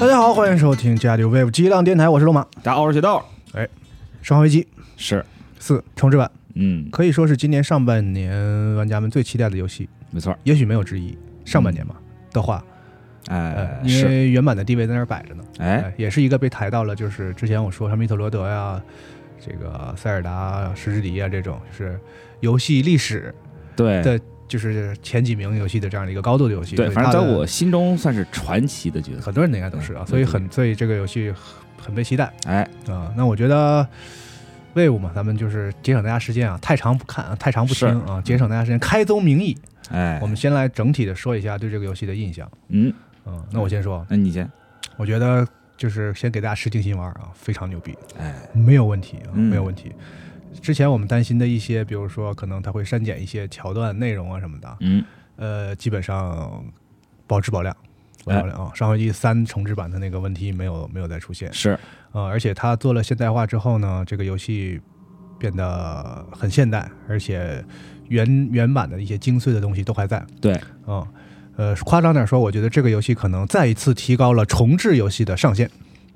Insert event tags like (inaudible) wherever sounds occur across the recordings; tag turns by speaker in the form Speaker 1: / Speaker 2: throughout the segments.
Speaker 1: 好，欢迎收听《加六 wave 激浪电台》，我是龙马。
Speaker 2: 打奥尔雪道
Speaker 1: 生化危机
Speaker 2: 是，
Speaker 1: 四重置版
Speaker 2: 嗯，
Speaker 1: 可以说是今年上半年玩家们最期待的游戏，
Speaker 2: 没错，
Speaker 1: 也许没有之一。上半年嘛、的话，
Speaker 2: 哎
Speaker 1: 呃，因
Speaker 2: 是，
Speaker 1: 为原版的地位在那儿摆着呢，
Speaker 2: 哎，
Speaker 1: 呃也是一个被抬到了，就是之前我说像密特罗德啊呀、这个塞尔达、石之笛啊这种，就是游戏历史
Speaker 2: 对
Speaker 1: 对就是前几名游戏的这样的一个高度的游戏。
Speaker 2: 对，
Speaker 1: 所以
Speaker 2: 反正
Speaker 1: 它
Speaker 2: 在
Speaker 1: 的
Speaker 2: 我心中算是传奇的角色，
Speaker 1: 很多人应该都是啊，
Speaker 2: 嗯
Speaker 1: 所以很所以这个游戏很很被期待。
Speaker 2: 哎，
Speaker 1: 啊、那我觉得 wave 嘛，咱们就是节省大家时间啊，太长不看，啊，太长不听啊，节省大家时间。开宗明义，
Speaker 2: 哎
Speaker 1: 我，们先来整体的说一下对这个游戏的印象。
Speaker 2: 嗯，
Speaker 1: 嗯，那我先说，
Speaker 2: 那你先，
Speaker 1: 我觉得就是先给大家试定心玩啊，非常牛逼，
Speaker 2: 哎，
Speaker 1: 没有问题啊，
Speaker 2: 嗯
Speaker 1: 没有问题。之前我们担心的一些，比如说可能他会删减一些桥段、内容啊什么的，
Speaker 2: 嗯，
Speaker 1: 呃，基本上保质保量，保质
Speaker 2: 哎
Speaker 1: 保量啊。上回第三重置版的那个问题没有没有再出现，
Speaker 2: 是，
Speaker 1: 呃，而且它做了现代化之后呢，这个游戏变得很现代，而且原原版的一些精髓的东西都还在啊、
Speaker 2: 对，
Speaker 1: 嗯呃，夸张点说，我觉得这个游戏可能再一次提高了重置游戏的上限，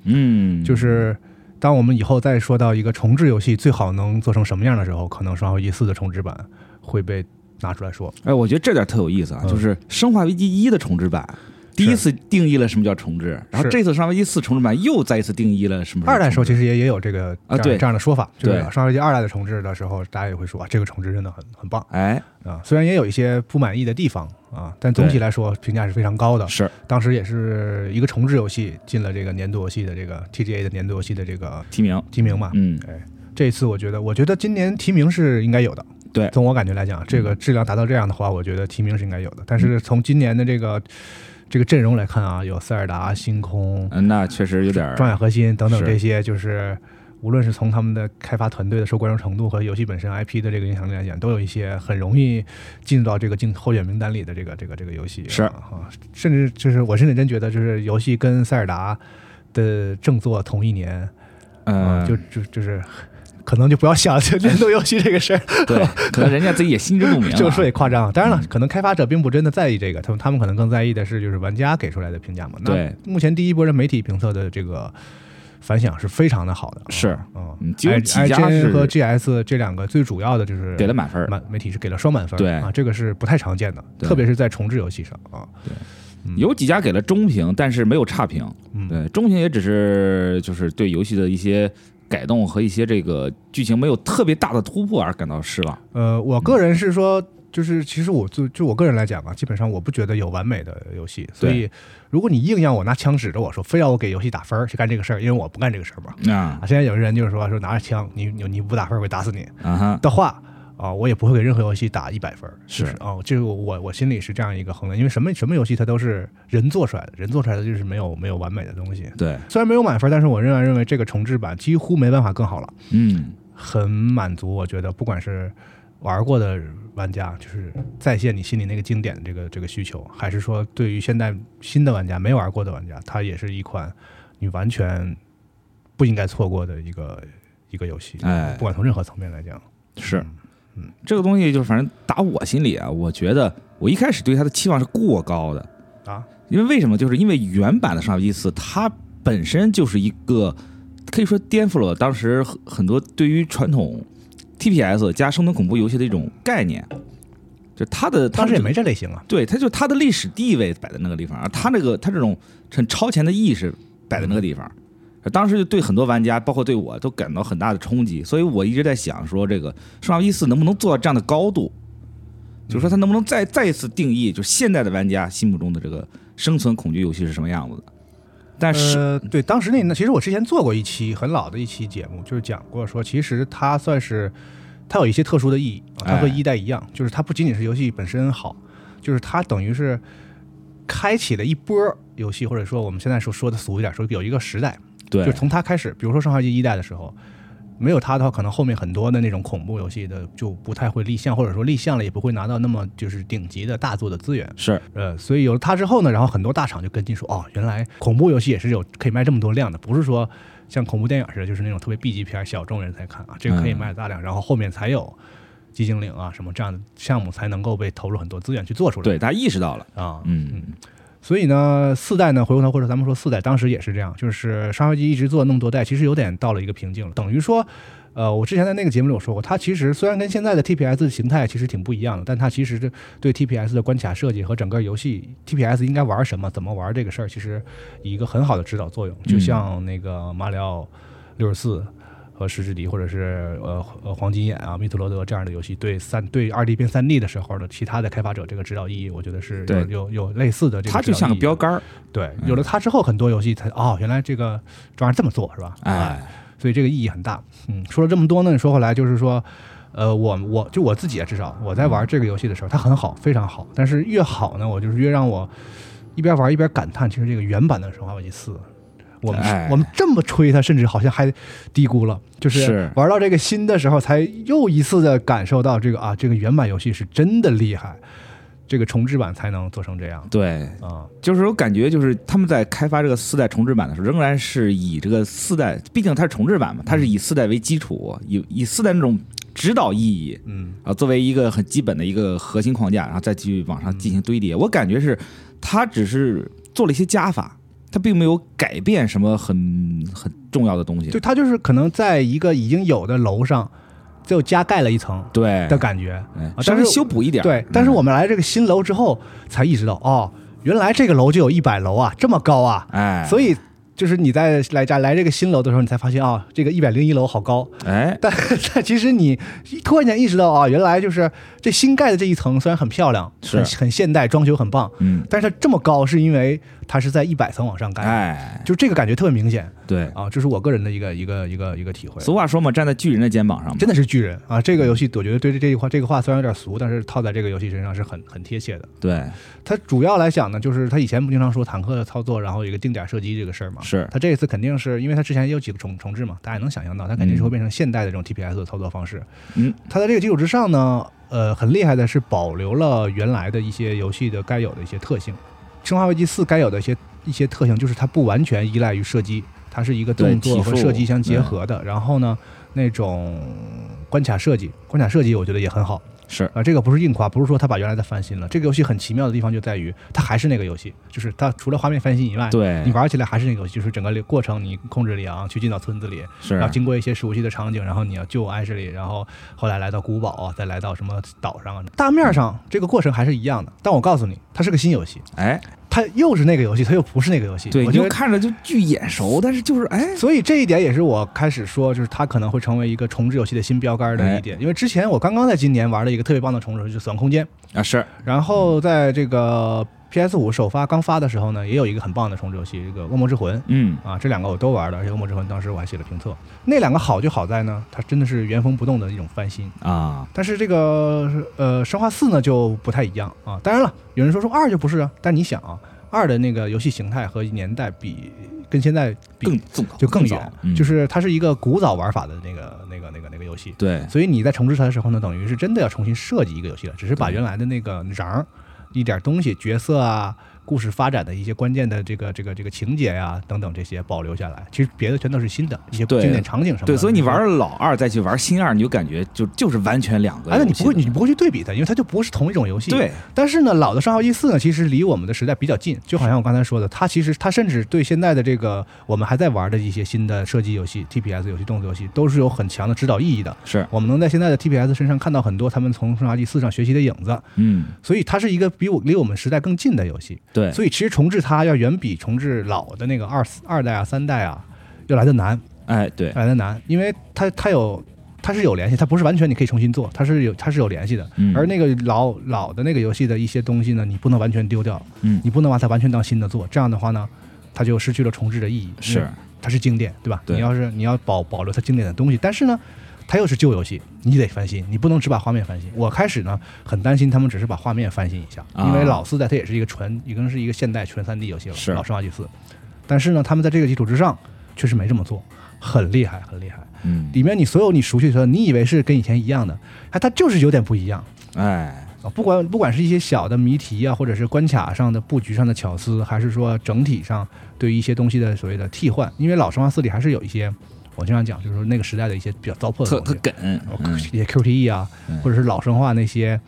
Speaker 2: 嗯，
Speaker 1: 就是。当我们以后再说到一个重置游戏最好能做成什么样的时候，可能《生化危机四》的重置版会被拿出来说。
Speaker 2: 哎，我觉得这点特有意思啊，
Speaker 1: 嗯
Speaker 2: 就是《生化危机一》的重置版。第一次定义了什么叫重置，然后
Speaker 1: 是
Speaker 2: 这次《生化危机四》重置版又再一次定义了什么是重置。
Speaker 1: 二代时候其实也也有这个
Speaker 2: 啊
Speaker 1: 这样
Speaker 2: 对
Speaker 1: 这样的说法，就是
Speaker 2: 对
Speaker 1: 《生化危机二代》的重置的时候，大家也会说啊，这个重置真的很很棒。
Speaker 2: 哎
Speaker 1: 啊，虽然也有一些不满意的地方啊，但总体
Speaker 2: 对
Speaker 1: 来说评价是非常高的。
Speaker 2: 是
Speaker 1: 当时也是一个重置游戏进了这个年度游戏的这个 TGA 的年度游戏的这个
Speaker 2: 提名，
Speaker 1: 提名嘛。
Speaker 2: 嗯，
Speaker 1: 这一次我觉得，我觉得今年提名是应该有的。
Speaker 2: 对嗯
Speaker 1: 从我感觉来讲，这个质量达到这样的话，我觉得提名是应该有的。但是从今年的这个这个阵容来看啊，有塞尔达、星空、
Speaker 2: 嗯那确实有点儿
Speaker 1: 装甲核心等等
Speaker 2: 是
Speaker 1: 这些，就是无论是从他们的开发团队的受关注程度和游戏本身 IP 的这个影响力来讲，都有一些很容易进入到这个竞候选名单里的这个这个这个游戏啊。
Speaker 2: 是
Speaker 1: 啊，甚至就是我甚至真觉得，就是游戏跟塞尔达的正作同一年，啊，
Speaker 2: 嗯，
Speaker 1: 就就就是。可能就不要想这年度游戏这个
Speaker 2: (laughs)
Speaker 1: 事儿，
Speaker 2: 对，可能人家自己也心知肚
Speaker 1: (laughs)
Speaker 2: 明了啊。
Speaker 1: 这么说也夸张。当然了
Speaker 2: 嗯，
Speaker 1: 可能开发者并不真的在意这个，他们他们可能更在意的是就是玩家给出来的评价嘛。那
Speaker 2: 对
Speaker 1: 目前第一波的媒体评测的这个反响是非常的好的，
Speaker 2: 是
Speaker 1: 嗯，
Speaker 2: 嗯几乎几
Speaker 1: i
Speaker 2: 家
Speaker 1: n
Speaker 2: 是
Speaker 1: 和嗯 GS 这两个最主要的就是
Speaker 2: 给了满分儿，
Speaker 1: 满媒体是给了双满分，
Speaker 2: 对
Speaker 1: 啊，这个是不太常见的，
Speaker 2: 对
Speaker 1: 特别是在重置游戏上啊，嗯
Speaker 2: 有几家给了中评，但是没有差评。
Speaker 1: 嗯
Speaker 2: 对，中评也只是就是对游戏的一些改动和一些这个剧情没有特别大的突破而感到失望。
Speaker 1: 呃，我个人是说，就是其实我就就我个人来讲啊，基本上我不觉得有完美的游戏，所以如果你硬让我拿枪指着我说，非要我给游戏打分儿去干这个事儿，因为我不干这个事儿嘛。
Speaker 2: 啊
Speaker 1: 啊，现在有人就是说说拿着枪，你你你不打分儿我会打死你
Speaker 2: 啊哈，
Speaker 1: 的话。啊、我也不会给任何游戏打一百分儿，就是哦，这个我我我心里是这样一个衡量，因为什么什么游戏它都是人做出来的，人做出来的就是没有没有完美的东西。
Speaker 2: 对，
Speaker 1: 虽然没有满分，但是我仍然认为这个重置版几乎没办法更好了，
Speaker 2: 嗯，
Speaker 1: 很满足。我觉得不管是玩过的玩家，就是再现你心里那个经典的这个这个需求，还是说对于现在新的玩家没玩过的玩家，它也是一款你完全不应该错过的一个一个游戏。
Speaker 2: 哎
Speaker 1: 不，管从任何层面来讲，
Speaker 2: 是
Speaker 1: 嗯，嗯
Speaker 2: 嗯，这个东西就是反正打我心里啊，我觉得我一开始对它的期望是过高的
Speaker 1: 啊，
Speaker 2: 因为为什么？就是因为原版的《生化危机四》它本身就是一个可以说颠覆了当时很很多对于传统 TPS 加生存恐怖游戏的一种概念，就它的它
Speaker 1: 当时也
Speaker 2: 这个
Speaker 1: 没这类型啊。
Speaker 2: 对，它就它的历史地位摆在那个地方，而它那个它这种很超前的意识摆在那个地方，当时就对很多玩家，包括对我，都感到很大的冲击。所以我一直在想说，这个《生化危机四》能不能做到这样的高度？就是说，它能不能再再一次定义，就是现在的玩家心目中的这个生存恐惧游戏是什么样子的？但是，
Speaker 1: 呃，对，当时那那其实我之前做过一期很老的一期节目，就是讲过说，其实它算是它有一些特殊的意义，啊它和
Speaker 2: 哎
Speaker 1: 一代一样，就是它不仅仅是游戏本身好，就是它等于是开启了一波游戏，或者说我们现在说说的俗一点，说有一个时代，就是
Speaker 2: 对，
Speaker 1: 从它开始，比如说《生化危机一代》的时候。没有它的话，可能后面很多的那种恐怖游戏的就不太会立项，或者说立项了也不会拿到那么就是顶级的大作的资源。
Speaker 2: 是
Speaker 1: 呃，所以有了它之后呢，然后很多大厂就跟进说，哦，原来恐怖游戏也是有可以卖这么多量的，不是说像恐怖电影似的，就是那种特别 B 级片儿，小众人才看啊，这个可以
Speaker 2: 嗯
Speaker 1: 卖大量，然后后面才有《寂静岭》啊什么这样的项目才能够被投入很多资源去做出来。
Speaker 2: 对，大家意识到了，
Speaker 1: 啊，
Speaker 2: 嗯，
Speaker 1: 所以呢，四代呢，回过头或者咱们说四代，当时也是这样，就是沙发机一直做那么多代，其实有点到了一个瓶颈了。等于说，呃，我之前在那个节目里我说过，它其实虽然跟现在的 TPS 的形态其实挺不一样的，但它其实这对 TPS 的关卡设计和整个游戏 TPS 应该玩什么、怎么玩这个事儿，其实有一个很好的指导作用。就像那个马里奥六十四。和石之笛，或者是呃呃黄金眼啊、密特罗德这样的游戏，对三对二 D 变三 D 的时候的其他的开发者这个指导意义，我觉得是有
Speaker 2: 对
Speaker 1: 有有类似的这个。
Speaker 2: 它就像个标。杆儿，
Speaker 1: 对，
Speaker 2: 嗯
Speaker 1: 有了它之后，很多游戏才哦，原来这个这玩意儿这么做是吧？啊
Speaker 2: 哎，
Speaker 1: 所以这个意义很大。嗯，说了这么多呢，说回来就是说，呃，我我就我自己也啊至少我在玩这个游戏的时候，它很好，非常好。但是越好呢，我就是越让我一边玩一边感叹，其实这个原版的《生化危机四》。我们、
Speaker 2: 哎
Speaker 1: 我们这么吹它，甚至好像还低估了。就是
Speaker 2: 是
Speaker 1: 玩到这个新的时候，才又一次的感受到这个啊，这个原版游戏是真的厉害，这个重置版才能做成这样
Speaker 2: 对，
Speaker 1: 啊、
Speaker 2: 就是我感觉就是他们在开发这个四代重置版的时候，仍然是以这个四代，毕竟它是重置版嘛，它是以四代为基础，以以四代那种指导意义
Speaker 1: 嗯，
Speaker 2: 啊，作为一个很基本的一个核心框架，然后再去往上进行堆叠。我感觉是它只是做了一些加法，它并没有改变什么很很重要的东西。
Speaker 1: 就它就是可能在一个已经有的楼上，就加盖了一层
Speaker 2: 对
Speaker 1: 的，感觉。
Speaker 2: 哎嗯
Speaker 1: 但
Speaker 2: 稍微
Speaker 1: 是
Speaker 2: 修补一点儿。
Speaker 1: 对，但是我们来这个新楼之后，才意识到哦，原来这个楼就有一百楼啊，这么高啊！
Speaker 2: 嗯哎，
Speaker 1: 所以就是你在来家来这个新楼的时候，你才发现啊、这个一百零一楼好高。 (laughs)
Speaker 2: 哎，
Speaker 1: 但但其实你突然间意识到啊，原来就是这新盖的这一层虽然很漂亮，
Speaker 2: 是
Speaker 1: 很很现代，装修很棒，
Speaker 2: 嗯，
Speaker 1: 但是它这么高是因为它是在一百层往上盖的，
Speaker 2: 哎，
Speaker 1: 就这个感觉特别明显
Speaker 2: 对，
Speaker 1: 啊，这是我个人的一个一个一个一个体会。
Speaker 2: 俗话说嘛，站在巨人的肩膀上嘛。
Speaker 1: 真的是巨人啊！这个游戏，我觉得对这这句话，这个话虽然有点俗，但是套在这个游戏身上是很很贴切的。
Speaker 2: 对，
Speaker 1: 它主要来讲呢，就是它以前不经常说坦克的操作，然后有一个定点射击这个事儿嘛。
Speaker 2: 是
Speaker 1: 它这一次肯定是因为它之前也有几个重重置嘛，大家也能想象到，它肯定是会变成现代的这种 TPS 的操作方式。
Speaker 2: 嗯，
Speaker 1: 它在这个基础之上呢，呃，很厉害的是保留了原来的一些游戏的该有的一些特性，《生化危机四》该有的一些一些特性，就是它不完全依赖于射击，它是一个动作
Speaker 2: 对
Speaker 1: 和
Speaker 2: 体术
Speaker 1: 射击相结合的。然后呢，那种关卡设计，关卡设计我觉得也很好
Speaker 2: 是
Speaker 1: 啊、这个不是硬夸，不是说它把原来的翻新了。这个游戏很奇妙的地方就在于，它还是那个游戏，就是它除了画面翻新以外，
Speaker 2: 对，
Speaker 1: 你玩起来还是那个游戏，就是整个过程你控制里昂去进到村子里，
Speaker 2: 是
Speaker 1: 然后经过一些熟悉的场景，然后你要救艾什莉，然后后来来到古堡啊，再来到什么岛上啊，大面上这个过程还是一样的。但我告诉你，它是个新游戏，
Speaker 2: 哎，
Speaker 1: 它又是那个游戏，它又不是那个游戏。
Speaker 2: 对，
Speaker 1: 我
Speaker 2: 你
Speaker 1: 觉
Speaker 2: 就
Speaker 1: 得，
Speaker 2: 看着就巨眼熟，但是就是哎，
Speaker 1: 所以这一点也是我开始说，就是它可能会成为一个重置游戏的新标杆的一点。因为之前我刚刚在今年玩了一个特别棒的重置游戏，就《死亡空间》，
Speaker 2: 啊是
Speaker 1: 然后在这个 PS 五首发刚发的时候呢，也有一个很棒的重置游戏，这个《恶魔之魂》。
Speaker 2: 嗯
Speaker 1: 啊，这两个我都玩了，而且《恶魔之魂》当时我还写了评测。那两个好就好在呢，它真的是原封不动的一种翻新。
Speaker 2: 啊
Speaker 1: 但是这个呃，生化四呢就不太一样啊。当然了，有人说说二就不是啊，但你想啊，二的那个游戏形态和年代比跟现在比
Speaker 2: 更重
Speaker 1: 就更
Speaker 2: 早嗯
Speaker 1: 远，就是它是一个古早玩法的那个那个那个那个游戏。
Speaker 2: 对
Speaker 1: 所以你在重置它的时候呢，等于是真的要重新设计一个游戏了，只是把
Speaker 2: 对
Speaker 1: 原来的那个瓤儿、一点东西、角色啊、故事发展的一些关键的这个这个这个情节呀、等等这些保留下来，其实别的全都是新的一些经
Speaker 2: 对
Speaker 1: 典场景什么的。
Speaker 2: 对，所以你玩。了老二再去玩新二，你就感觉就就是完全两个
Speaker 1: 哎，那你
Speaker 2: 游戏
Speaker 1: 不
Speaker 2: 了。
Speaker 1: 会，你不会去对比它，因为它就不是同一种游戏。。
Speaker 2: 对
Speaker 1: 但是呢，老的《生化危机四》呢，其实离我们的时代比较近，就好像我刚才说的，它其实它甚至对现在的这个我们还在玩的一些新的射击游戏、TPS 游戏、动作游戏，都是有很强的指导意义的。
Speaker 2: 是
Speaker 1: 我们能在现在的 TPS 身上看到很多他们从《生化危机四》上学习的影子，
Speaker 2: 嗯
Speaker 1: 所以它是一个比我离我们时代更近的游戏。
Speaker 2: 对
Speaker 1: 所以其实重置它要远比重置老的那个二二代啊、三代啊要来的难，
Speaker 2: 哎对
Speaker 1: 来的难，因为它它有它是有联系，它不是完全你可以重新做，它是有它是有联系的。
Speaker 2: 嗯
Speaker 1: 而那个老老的那个游戏的一些东西呢，你不能完全丢掉，
Speaker 2: 嗯
Speaker 1: 你不能把它完全当新的做，这样的话呢，它就失去了重置的意义。因为
Speaker 2: 是
Speaker 1: 它是经典，对吧？
Speaker 2: 对
Speaker 1: 你要是你要保保留它经典的东西，但是呢，它又是旧游戏，你得翻新，你不能只把画面翻新。我开始呢很担心他们只是把画面翻新一下，
Speaker 2: 啊
Speaker 1: 因为老四代它也是一个纯，已经是一个现代纯三 D 游戏了，
Speaker 2: 是
Speaker 1: 老生化祭四。但是呢，他们在这个基础之上确实没这么做，很厉害，很厉害。
Speaker 2: 嗯
Speaker 1: 里面你所有你熟悉的，你以为是跟以前一样的，哎，它就是有点不一样。
Speaker 2: 哎
Speaker 1: 啊，不管不管是一些小的谜题啊，或者是关卡上的布局上的巧思，还是说整体上对于一些东西的所谓的替换，因为老生化四里还是有一些，我经常讲，就是说那个时代的一些比较糟粕
Speaker 2: 特
Speaker 1: 的东
Speaker 2: 特
Speaker 1: 西，
Speaker 2: 梗
Speaker 1: 哦
Speaker 2: 嗯
Speaker 1: 一些 QTE 啊，
Speaker 2: 嗯
Speaker 1: 或者是老生化那些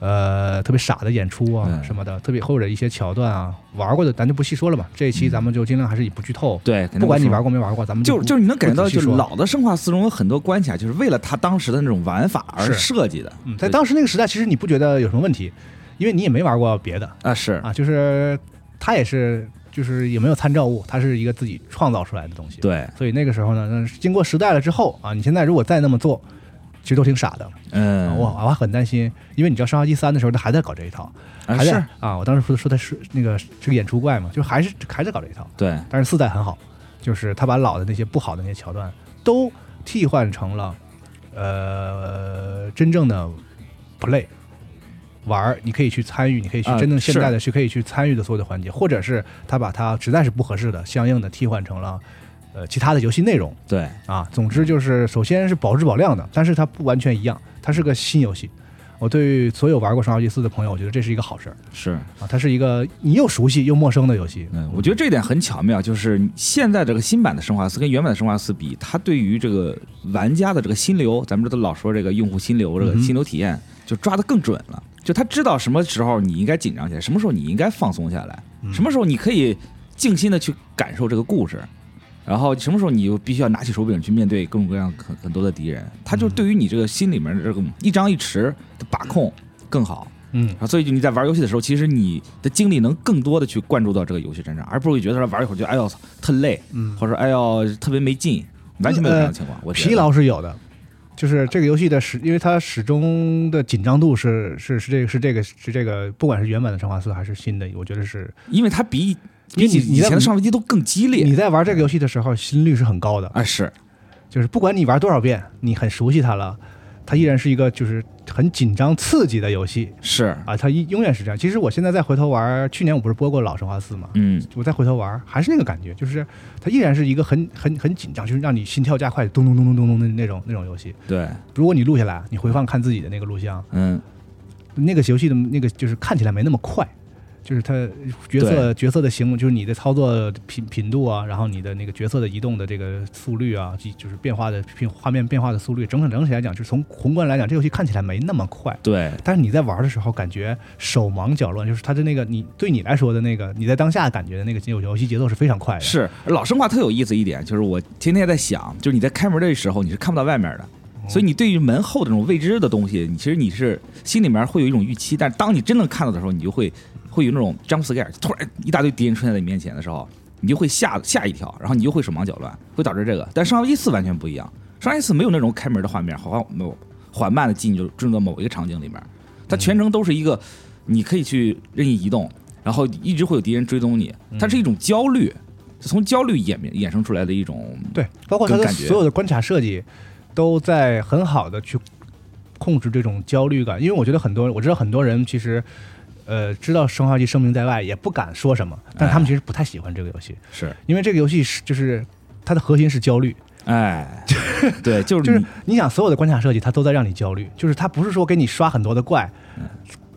Speaker 1: 呃特别傻的演出啊
Speaker 2: 嗯
Speaker 1: 什么的，特别或者一些桥段啊，玩过的咱就不细说了嘛。这一期咱们就尽量还是以不剧透，
Speaker 2: 嗯对，肯定
Speaker 1: 不管你
Speaker 2: 说
Speaker 1: 玩过没玩过，咱们
Speaker 2: 就
Speaker 1: 不
Speaker 2: 就是你能感觉到，
Speaker 1: 不仔细
Speaker 2: 就是
Speaker 1: 说
Speaker 2: 老的《生化四》中有很多关卡，就是为了它当时的那种玩法而
Speaker 1: 是
Speaker 2: 设计的。
Speaker 1: 嗯，在
Speaker 2: 对
Speaker 1: 当时那个时代，其实你不觉得有什么问题，因为你也没玩过别的
Speaker 2: 啊是，
Speaker 1: 啊，就是它也是就是也没有参照物，它是一个自己创造出来的东西。，
Speaker 2: 对，
Speaker 1: 所以那个时候呢，那是经过时代了之后啊，你现在如果再那么做，其实都挺傻的。
Speaker 2: 嗯，
Speaker 1: 我我还很担心，因为你知道《生化危机三》的时候，他还在搞这一套，
Speaker 2: 啊
Speaker 1: 还在
Speaker 2: 是，
Speaker 1: 啊，我当时说说他是那个是个演出怪嘛，就还是还在搞这一套。
Speaker 2: 对，
Speaker 1: 但是四代很好，就是他把老的那些不好的那些桥段都替换成了呃真正的 play 玩儿，你可以去参与，你可以去
Speaker 2: 啊
Speaker 1: 真正现
Speaker 2: 是
Speaker 1: 在的去可以去参与的所有的环节，或者是他把它实在是不合适的，相应的替换成了呃其他的游戏内容
Speaker 2: 对，
Speaker 1: 啊。总之就是，首先是保质保量的，但是它不完全一样，它是个新游戏。我对于所有玩过《生化危机四》的朋友，我觉得这是一个好事儿
Speaker 2: 是，
Speaker 1: 啊，它是一个你又熟悉又陌生的游戏。
Speaker 2: 嗯，我觉得这一点很巧妙，就是现在这个新版的《生化四》跟原版的《生化四》比，它对于这个玩家的这个心流，咱们这都老说这个用户心流，这个
Speaker 1: 嗯哼
Speaker 2: 心流体验就抓得更准了。就他知道什么时候你应该紧张起来，什么时候你应该放松下来，
Speaker 1: 嗯
Speaker 2: 什么时候你可以静心的去感受这个故事，然后什么时候你就必须要拿起手柄去面对各种各样很很多的敌人。他
Speaker 1: 嗯
Speaker 2: 就对于你这个心里面的这个一张一弛的把控更好。
Speaker 1: 嗯
Speaker 2: 啊，所以就你在玩游戏的时候，其实你的精力能更多的去灌注到这个游戏身上，而不会觉得说玩一会儿就哎呦操特累，
Speaker 1: 嗯，
Speaker 2: 或者说哎呦特别没劲，完全没有这样的情况。我觉得
Speaker 1: 呃疲，劳是有的，就是这个游戏的始，因为它始终的紧张度是是是这个是这个是这个，不管是原版的生化四还是新的，我觉得是
Speaker 2: 因为它比
Speaker 1: 因
Speaker 2: 比
Speaker 1: 为
Speaker 2: 你
Speaker 1: 你
Speaker 2: 以
Speaker 1: 你在
Speaker 2: 前的上飞机都更激烈
Speaker 1: 你在玩这个游戏的时候，心率是很高的，
Speaker 2: 啊，是
Speaker 1: 就是不管你玩多少遍，你很熟悉它了，它依然是一个就是很紧张刺激的游戏
Speaker 2: 是，
Speaker 1: 啊，它一永远是这样。其实我现在再回头玩，去年我不是播过老生化四嘛，
Speaker 2: 嗯，
Speaker 1: 我再回头玩，还是那个感觉，就是它依然是一个很很很紧张，就是让你心跳加快，咚咚咚咚咚咚的那种那种游戏。
Speaker 2: 对，
Speaker 1: 如果你录下来，你回放看自己的那个录像，
Speaker 2: 嗯，
Speaker 1: 那个游戏的那个就是看起来没那么快，就是它角色角色的行，就是你的操作频频度啊，然后你的那个角色的移动的这个速率啊，就就是变化的变画面变化的速率，整整整体来讲，就是从宏观来讲，这游戏看起来没那么快。
Speaker 2: 对，
Speaker 1: 但是你在玩的时候，感觉手忙脚乱，就是它的那个你对你来说的那个你在当下感觉的那个游游戏节奏是非常快的。
Speaker 2: 是老生化特有意思一点，就是我天天在想，就是你在开门的时候你是看不到外面的。所以你对于门后的这种未知的东西，你其实你是心里面会有一种预期，但是当你真正看到的时候，你就会会有那种 jump scare，突然一大堆敌人出现在你面前的时候，你就会吓吓一跳，然后你就会手忙脚乱，会导致这个。但生化危机四完全不一样，生化危机四没有那种开门的画面，好像没有缓慢的进入进入到某一个场景里面，它全程都是一个
Speaker 1: 嗯
Speaker 2: 你可以去任意移动，然后一直会有敌人追踪你，
Speaker 1: 嗯
Speaker 2: 它是一种焦虑，是从焦虑衍衍生出来的一种
Speaker 1: 对，包括它
Speaker 2: 跟
Speaker 1: 的
Speaker 2: 感觉
Speaker 1: 所有的关卡设计都在很好的去控制这种焦虑感，因为我觉得很多我知道很多人其实。呃，知道《生化危机》声名在外，也不敢说什么，
Speaker 2: 哎
Speaker 1: 但他们其实不太喜欢这个游戏，
Speaker 2: 是
Speaker 1: 因为这个游戏是就是它的核心是焦虑， (laughs)
Speaker 2: 哎，对，就是
Speaker 1: 就是
Speaker 2: 你
Speaker 1: 你想所有的关卡设计，它都在让你焦虑，就是它不是说给你刷很多的怪，
Speaker 2: 嗯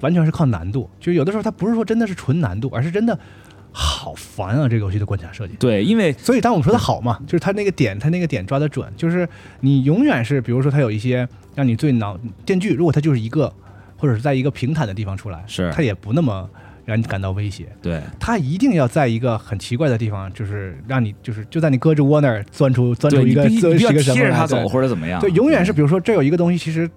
Speaker 1: 完全是靠难度，就是有的时候它不是说真的是纯难度，而是真的好烦啊！这个游戏的关卡设计，
Speaker 2: 对，因为
Speaker 1: 所以当我们说它好嘛，就是它那个点，它那个点抓得准，就是你永远是，比如说它有一些让你最恼电锯，如果它就是一个，或者是在一个平坦的地方出来，
Speaker 2: 是
Speaker 1: 它也不那么让你感到威胁，
Speaker 2: 对。
Speaker 1: 它一定要在一个很奇怪的地方，就是让你就是就在你胳肢窝那儿钻出钻出
Speaker 2: 对
Speaker 1: 一个
Speaker 2: 你必须
Speaker 1: 钻
Speaker 2: 你必
Speaker 1: 出一
Speaker 2: 须要
Speaker 1: 个什
Speaker 2: 贴
Speaker 1: 么
Speaker 2: 着
Speaker 1: 来
Speaker 2: 他走
Speaker 1: 对
Speaker 2: 或者怎么样，
Speaker 1: 对，永远是比如说这有一个东西，其实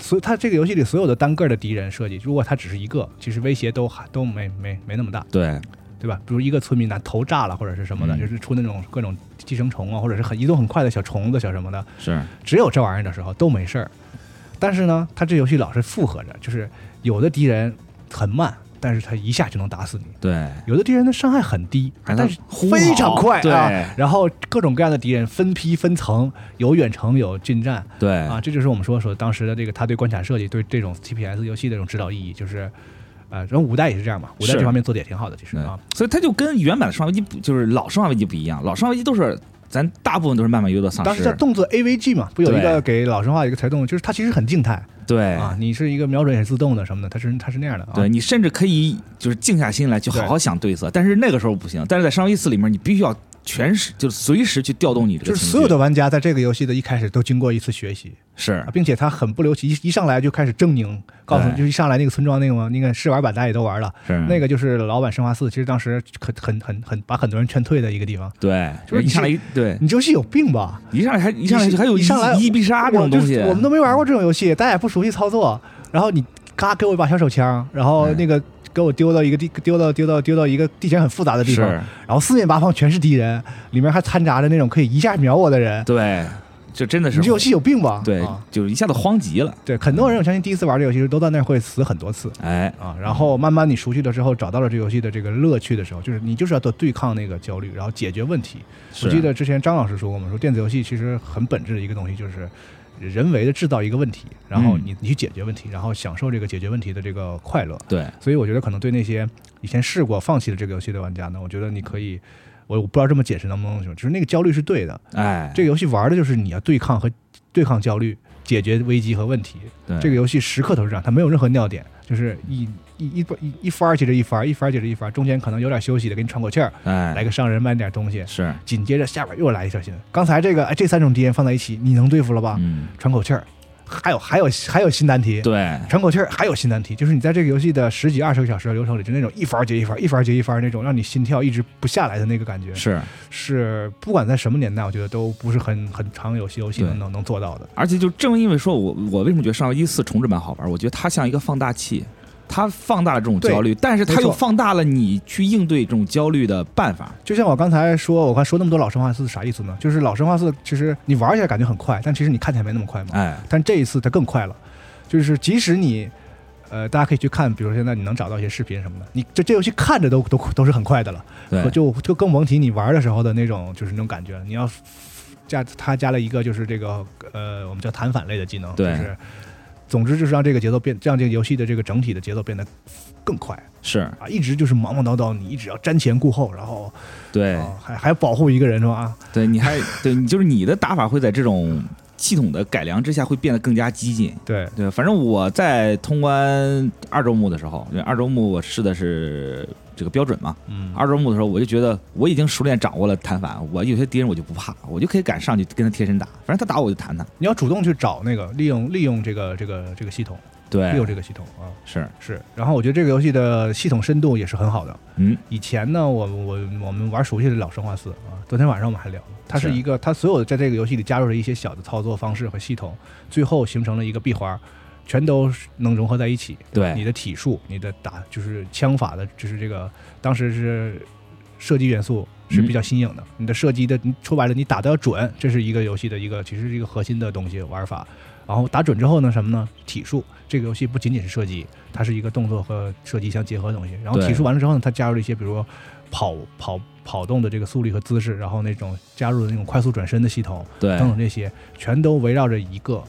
Speaker 1: 所以它这个游戏里所有的单个的敌人设计，如果它只是一个，其实威胁都还都没没没那么大。
Speaker 2: 对
Speaker 1: 对吧？比如一个村民拿头炸了或者是什么的，
Speaker 2: 嗯
Speaker 1: 就是出那种各种寄生虫啊，或者是很移动很快的小虫子、小什么的，
Speaker 2: 是
Speaker 1: 只有这玩意儿的时候都没事儿。但是呢，它这游戏老是附和着，就是有的敌人很慢，但是他一下就能打死你；
Speaker 2: 对，
Speaker 1: 有的敌人的伤害很低，啊
Speaker 2: 哎
Speaker 1: 但是
Speaker 2: 它忽
Speaker 1: 非
Speaker 2: 好
Speaker 1: 常快
Speaker 2: 对
Speaker 1: 啊。然后各种各样的敌人分批分层，有远程有近战，
Speaker 2: 对
Speaker 1: 啊，这就是我们说说当时的这个他对关卡设计对这种 TPS 游戏的这种指导意义，就是呃，然后五代也是这样嘛，五代
Speaker 2: 是
Speaker 1: 这方面做的也挺好的，其实
Speaker 2: 对
Speaker 1: 啊，
Speaker 2: 所以它就跟原版的《生化危机》不就是老《生化危机》不一样，老《生化危机》都是咱大部分都啊是慢慢悠悠的丧
Speaker 1: 当时叫
Speaker 2: 尸，
Speaker 1: 动作 AVG 嘛，不有一个给老生化一个才动，就是它其实很静态
Speaker 2: 对
Speaker 1: 啊，你是一个瞄准也是自动的什么的，它是它是那样的啊。
Speaker 2: 哎对你甚至可以就是静下心来去
Speaker 1: 对
Speaker 2: 好好想对策，但是那个时候不行，但是在《生化危机四》里面，你必须要全时就随时去调动你这个
Speaker 1: 就
Speaker 2: 情
Speaker 1: 是
Speaker 2: 绪，
Speaker 1: 所有的玩家在这个游戏的一开始都经过一次学习，
Speaker 2: 是
Speaker 1: 啊并且他很不留情，一一上来就开始狰狞，告诉你
Speaker 2: 嗯对嗯
Speaker 1: 就一上来那个村庄那个那个试玩版大家也都玩了，
Speaker 2: 是
Speaker 1: 那个就是老版生化四，其实当时很很很很把很多人劝退的一个地方。
Speaker 2: 对，
Speaker 1: 就是
Speaker 2: 一上来一对
Speaker 1: 你这游戏有病吧？
Speaker 2: 一上来还一上来
Speaker 1: 一
Speaker 2: 还有
Speaker 1: 一上来
Speaker 2: 一必杀这种东西，
Speaker 1: 我就我们都没玩过这种游戏，大家也不熟悉操作。然后你咔给我一把小手枪，然后
Speaker 2: 嗯
Speaker 1: 那个给我丢到一个地，丢到丢到丢到一个地形很复杂的地方，
Speaker 2: 是
Speaker 1: 然后四面八方全是敌人，里面还掺杂着那种可以一下秒我的人。
Speaker 2: 对，这真的
Speaker 1: 你
Speaker 2: 是
Speaker 1: 这游戏有病吧？
Speaker 2: 对
Speaker 1: 啊，
Speaker 2: 就是一下子慌极了，
Speaker 1: 对，很多人我相信第一次玩这游戏时都在那儿会死很多次
Speaker 2: 哎，
Speaker 1: 啊。然后慢慢你熟悉了之后，找到了这游戏的这个乐趣的时候，就是你就是要多对抗那个焦虑，然后解决问题。
Speaker 2: 是
Speaker 1: 我记得之前张老师说过，我们说电子游戏其实很本质的一个东西就是人为的制造一个问题，然后你你去解决问题，然后享受这个解决问题的这个快乐。
Speaker 2: 对
Speaker 1: 所以我觉得可能对那些以前试过放弃了这个游戏的玩家呢，我觉得你可以，我我不知道这么解释能不能行，就是那个焦虑是对的。
Speaker 2: 哎，
Speaker 1: 这个游戏玩的就是你要对抗和对抗焦虑，解决危机和问题。
Speaker 2: 对
Speaker 1: 这个游戏时刻都是这样，它没有任何尿点，就是一一一一一番儿接着一番儿，一番儿接着一番儿，中间可能有点休息的，给你喘口气儿，来
Speaker 2: 哎
Speaker 1: 个啊商人卖点东西，
Speaker 2: 是
Speaker 1: 紧接着下边又来一条新闻。刚才这个哎，这三种敌人放在一起，你能对付了吧？
Speaker 2: 嗯
Speaker 1: 喘口气儿，还有还有还有新难题，
Speaker 2: 对
Speaker 1: 喘口气儿还有新难题，就是你在这个游戏的十几二十个小时的流程里，就那种一番儿接一番儿，一番儿接一番儿那种让你心跳一直不下来的那个感觉，
Speaker 2: 是，
Speaker 1: 是不管在什么年代，我觉得都不是很很常有些游戏
Speaker 2: 对
Speaker 1: 能能能做到的。
Speaker 2: 而且就正因为说我我为什么觉得上一四重置版好玩，我觉得它像一个放大器。它放大了这种
Speaker 1: 对
Speaker 2: 焦虑，但是它
Speaker 1: 没错
Speaker 2: 又放大了你去应对这种焦虑的办法。
Speaker 1: 就像我刚才说，我看说那么多老生化四是啥意思呢？就是老生化四其实你玩起来感觉很快，但其实你看起来没那么快嘛。
Speaker 2: 哎，
Speaker 1: 但这一次它更快了，就是即使你，呃，大家可以去看，比如说现在你能找到一些视频什么的，你这这游戏看着都都都是很快的了，
Speaker 2: 对，
Speaker 1: 就就更甭提你玩的时候的那种就是那种感觉。你要加它加了一个就是这个呃，我们叫弹反类的技能，就
Speaker 2: 对
Speaker 1: 是总之就是让这个节奏变，让这个游戏的这个整体的节奏变得更快
Speaker 2: 是
Speaker 1: 啊，一直就是忙忙叨叨，你一直要瞻前顾后，然后、
Speaker 2: 对、
Speaker 1: 啊还还要保护一个人是吧？啊
Speaker 2: 对，你还对你就是你的打法会在这种系统的改良之下会变得更加激进。
Speaker 1: 对，
Speaker 2: 对，反正我在通关二周目的时候，因为二周目我试的是这个标准嘛。
Speaker 1: 嗯，
Speaker 2: 二周目的时候，我就觉得我已经熟练掌握了弹反，我有些敌人我就不怕，我就可以敢上去跟他贴身打，反正他打我就弹他。
Speaker 1: 你要主动去找那个利用利用这个这个这个系统，利用
Speaker 2: 对，
Speaker 1: 这个系统啊。
Speaker 2: 是，
Speaker 1: 是，然后我觉得这个游戏的系统深度也是很好的。
Speaker 2: 嗯，
Speaker 1: 以前呢，我我我们玩熟悉的老生化四啊，昨天晚上我们还聊，它是
Speaker 2: 是
Speaker 1: 一个它所有的在这个游戏里加入了一些小的操作方式和系统，最后形成了一个闭环，全都是能融合在一起。你
Speaker 2: 对，
Speaker 1: 的体术、你的打就是枪法的，就是这个当时是射击元素是比较新颖的。你的射击的，你说白了，你打的要准，这是一个游戏的一个其实是一个核心的东西玩法。然后打准之后呢，什么呢？体术这个游戏不仅仅是射击，它是一个动作和射击相结合的东西。然后
Speaker 2: 对
Speaker 1: 体术完了之后呢，它加入了一些比如说跑跑跑动的这个速率和姿势，然后那种加入了那种快速转身的系统，
Speaker 2: 对
Speaker 1: 等，等这些，全都围绕着一个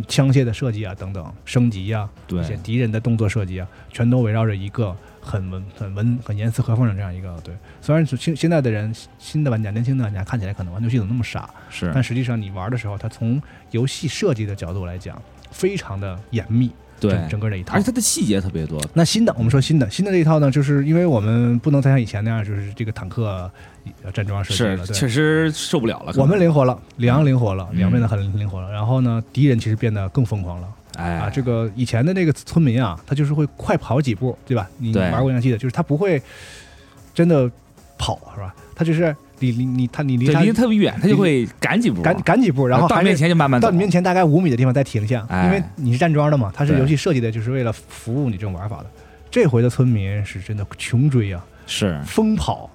Speaker 1: 嘖枪械的设计啊，等等升级啊，一些
Speaker 2: 对，
Speaker 1: 敌人的动作设计啊，全都围绕着一个很文、很文、很严丝合缝的这样一个对。虽然是现现在的人、新的玩家、年轻的玩家看起来可能玩游戏怎么那么傻，
Speaker 2: 是
Speaker 1: 但，实际上你玩的时候，它从游戏设计的角度来讲，非常的严密，
Speaker 2: 对，
Speaker 1: 整整个这一套
Speaker 2: 而且。它的细节特别多。
Speaker 1: 那新的，我们说新的，新的这一套呢，就是因为我们不能再像以前那样，就是这个坦克呃站桩设计
Speaker 2: 是
Speaker 1: 了，，对
Speaker 2: 确实受不了了。可能
Speaker 1: 我们灵活了，里昂灵活了，
Speaker 2: 嗯
Speaker 1: 里昂变得很灵活了。然后呢，敌人其实变得更疯狂了。啊，
Speaker 2: 哎，
Speaker 1: 这个以前的那个村民啊，他就是会快跑几步，对吧？你
Speaker 2: 对
Speaker 1: 玩过《阳记》的，就是他不会真的跑，是吧？他就是你离你他你离
Speaker 2: 对
Speaker 1: 他
Speaker 2: 离得特别远，他就会赶几步，
Speaker 1: 赶赶几步，然后
Speaker 2: 到
Speaker 1: 还
Speaker 2: 面
Speaker 1: 是
Speaker 2: 前就慢慢
Speaker 1: 到
Speaker 2: 走
Speaker 1: 你面前大概五米的地方再停下，
Speaker 2: 哎
Speaker 1: 因为你是站桩的嘛，它是
Speaker 2: 对
Speaker 1: 游戏设计的，就是为了服务你这种玩法的。这回的村民是真的穷追啊，
Speaker 2: 是
Speaker 1: 疯跑。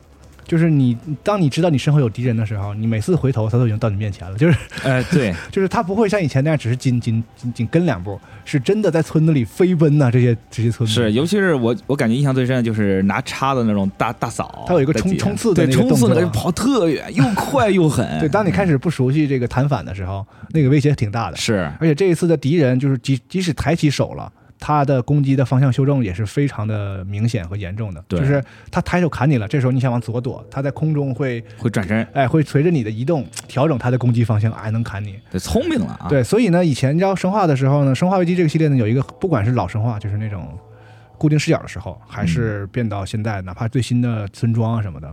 Speaker 1: 就是你，当你知道你身后有敌人的时候，你每次回头，他都已经到你面前了。就是
Speaker 2: 哎，对，
Speaker 1: 就是他不会像以前那样，只是紧紧紧紧跟两步，是真的在村子里飞奔呐、这些这些村民
Speaker 2: 是，尤其是我，我感觉印象最深的就是拿叉的那种大大嫂，
Speaker 1: 它有一个冲
Speaker 2: 在街
Speaker 1: 冲刺的
Speaker 2: 对
Speaker 1: 那个
Speaker 2: 冲刺
Speaker 1: 动
Speaker 2: 那
Speaker 1: 作
Speaker 2: 个跑特远，又快又狠。
Speaker 1: 对，当你开始不熟悉这个弹反的时候，那个威胁挺大的。
Speaker 2: 是
Speaker 1: 而且这一次的敌人就是即即使抬起手了，他的攻击的方向修正也是非常的明显和严重的。
Speaker 2: 对
Speaker 1: 就是他抬手砍你了，这时候你想往左躲，他在空中会
Speaker 2: 会转身，
Speaker 1: 哎会随着你的移动调整他的攻击方向，哎能砍你。
Speaker 2: 对，聪明了啊，
Speaker 1: 对，所以呢，以前叫生化的时候呢，生化危机这个系列呢有一个，不管是老生化，就是那种固定视角的时候，还是变到现在，哪怕最新的村庄啊什么的，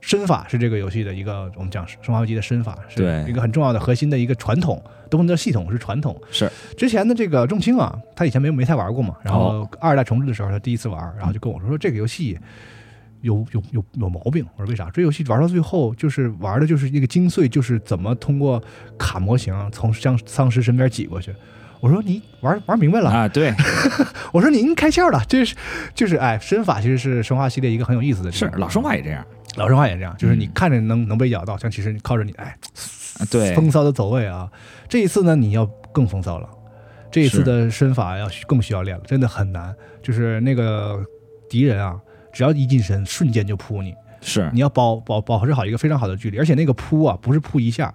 Speaker 1: 身法是这个游戏的一个我们讲《生化危机》的身法，是
Speaker 2: 对
Speaker 1: 一个很重要的核心的一个传统，都不能叫系统，是传统。
Speaker 2: 是
Speaker 1: 之前的这个重青啊，他以前没没太玩过嘛，然后
Speaker 2: 哦
Speaker 1: 二代重置的时候他第一次玩，然后就跟我说说这个游戏有有有有毛病，我说为啥？这游戏玩到最后就是玩的就是那个精髓，就是怎么通过卡模型从丧丧尸身边挤过去。我说你玩玩明白了，
Speaker 2: 啊，对，
Speaker 1: 我说您开窍了，这是就是哎，身法其实是生化系列一个很有意思的地
Speaker 2: 是
Speaker 1: 方，
Speaker 2: 老生化也这样，
Speaker 1: 老生化也这样，就是你
Speaker 2: 嗯
Speaker 1: 看着能能被咬到，但其实你靠着你哎，
Speaker 2: 啊对
Speaker 1: 风骚的走位啊，这一次呢你要更风骚了，这一次
Speaker 2: 是
Speaker 1: 的身法要更需要练了，真的很难，就是那个敌人啊，只要一近身，瞬间就扑你，
Speaker 2: 是
Speaker 1: 你要保保保持好一个非常好的距离，而且那个扑啊不是扑一下，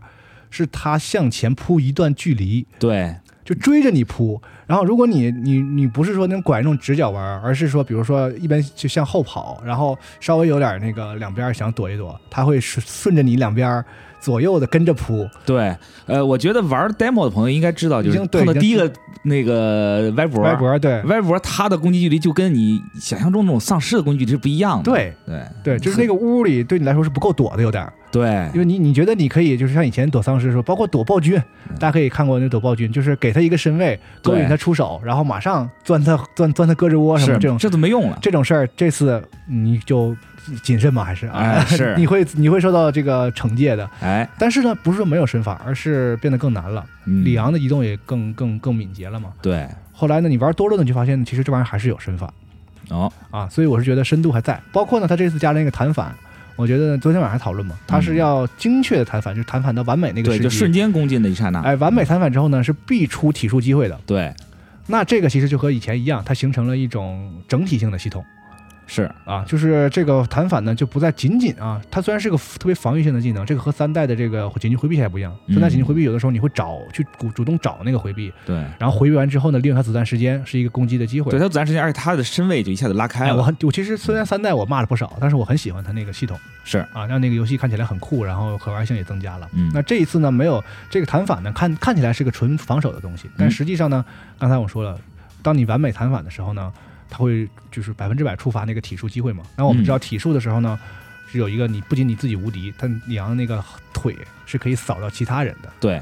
Speaker 1: 是他向前扑一段距离，
Speaker 2: 对，
Speaker 1: 就追着你扑。然后如果你你你不是说那种拐那种直角弯儿，而是说比如说一边就向后跑，然后稍微有点那个两边想躲一躲，它会顺顺着你两边儿左右的跟着扑。 (laughs)
Speaker 2: 对，呃，我觉得玩 demo 的朋友应该知道，就
Speaker 1: 已
Speaker 2: 是
Speaker 1: 经对
Speaker 2: 碰到
Speaker 1: 已经
Speaker 2: 第一个那个歪脖，
Speaker 1: 歪脖儿对
Speaker 2: 歪脖它的攻击距离就跟你想象中那种丧尸的攻击距离是不一样的。
Speaker 1: 对
Speaker 2: 对
Speaker 1: 对，就是那个屋里对你来说是不够躲的，有点儿，
Speaker 2: 对
Speaker 1: 因为你你觉得你可以就是像以前躲丧尸的时候，包括躲暴君，大家可以看过那躲暴君，就是给他一个身位，勾引
Speaker 2: 嗯对
Speaker 1: 他出手，然后马上钻他钻钻他胳肢窝什么
Speaker 2: 是
Speaker 1: 这种
Speaker 2: 这都没用了。
Speaker 1: 这种事儿，这次你就谨慎吧，还是啊，
Speaker 2: 哎是
Speaker 1: (laughs) 你会你会受到这个惩戒的。
Speaker 2: 哎，
Speaker 1: 但是呢，不是说没有身法，而是变得更难了。
Speaker 2: 嗯
Speaker 1: 里昂的移动也更更更敏捷了嘛。
Speaker 2: 对
Speaker 1: 后来呢，你玩多了呢，你就发现其实这玩意儿还是有身法
Speaker 2: 哦
Speaker 1: 啊，所以我是觉得深度还在。包括呢，他这次加了那个弹反，我觉得昨天晚上还讨论嘛，他是要精确的弹反，就是弹反到完美那个
Speaker 2: 嗯对，
Speaker 1: 时
Speaker 2: 就
Speaker 1: 机。
Speaker 2: 瞬间攻进的一刹那。
Speaker 1: 哎，完美弹反之后呢，是必出体术机会的。
Speaker 2: 对
Speaker 1: 那这个其实就和以前一样，它形成了一种整体性的系统。
Speaker 2: 是
Speaker 1: 啊，就是这个弹反呢，就不再仅仅啊，它虽然是个特别防御性的技能，这个和三代的这个紧急回避还不一样。
Speaker 2: 嗯
Speaker 1: 三代紧急回避有的时候你会找去主主动找那个回避，
Speaker 2: 对
Speaker 1: 然后回避完之后呢，利用它子弹时间是一个攻击的机会
Speaker 2: 对，。它自然时间，而且它的身位就一下子拉开
Speaker 1: 哎，我
Speaker 2: 了。
Speaker 1: 很我其实虽然三代我骂了不少，但是我很喜欢它那个系统
Speaker 2: 是
Speaker 1: 啊，让那个游戏看起来很酷，然后可玩性也增加了。
Speaker 2: 嗯
Speaker 1: 那这一次呢，没有这个弹反呢，看看起来是个纯防守的东西，但
Speaker 2: 嗯
Speaker 1: 实际上呢，刚才我说了，当你完美弹反的时候呢，它会就是百分之百触发那个体术机会嘛。那我们
Speaker 2: 嗯
Speaker 1: 知道体术的时候呢，是有一个你不仅你自己无敌，但里昂那个腿是可以扫到其他人的，
Speaker 2: 对，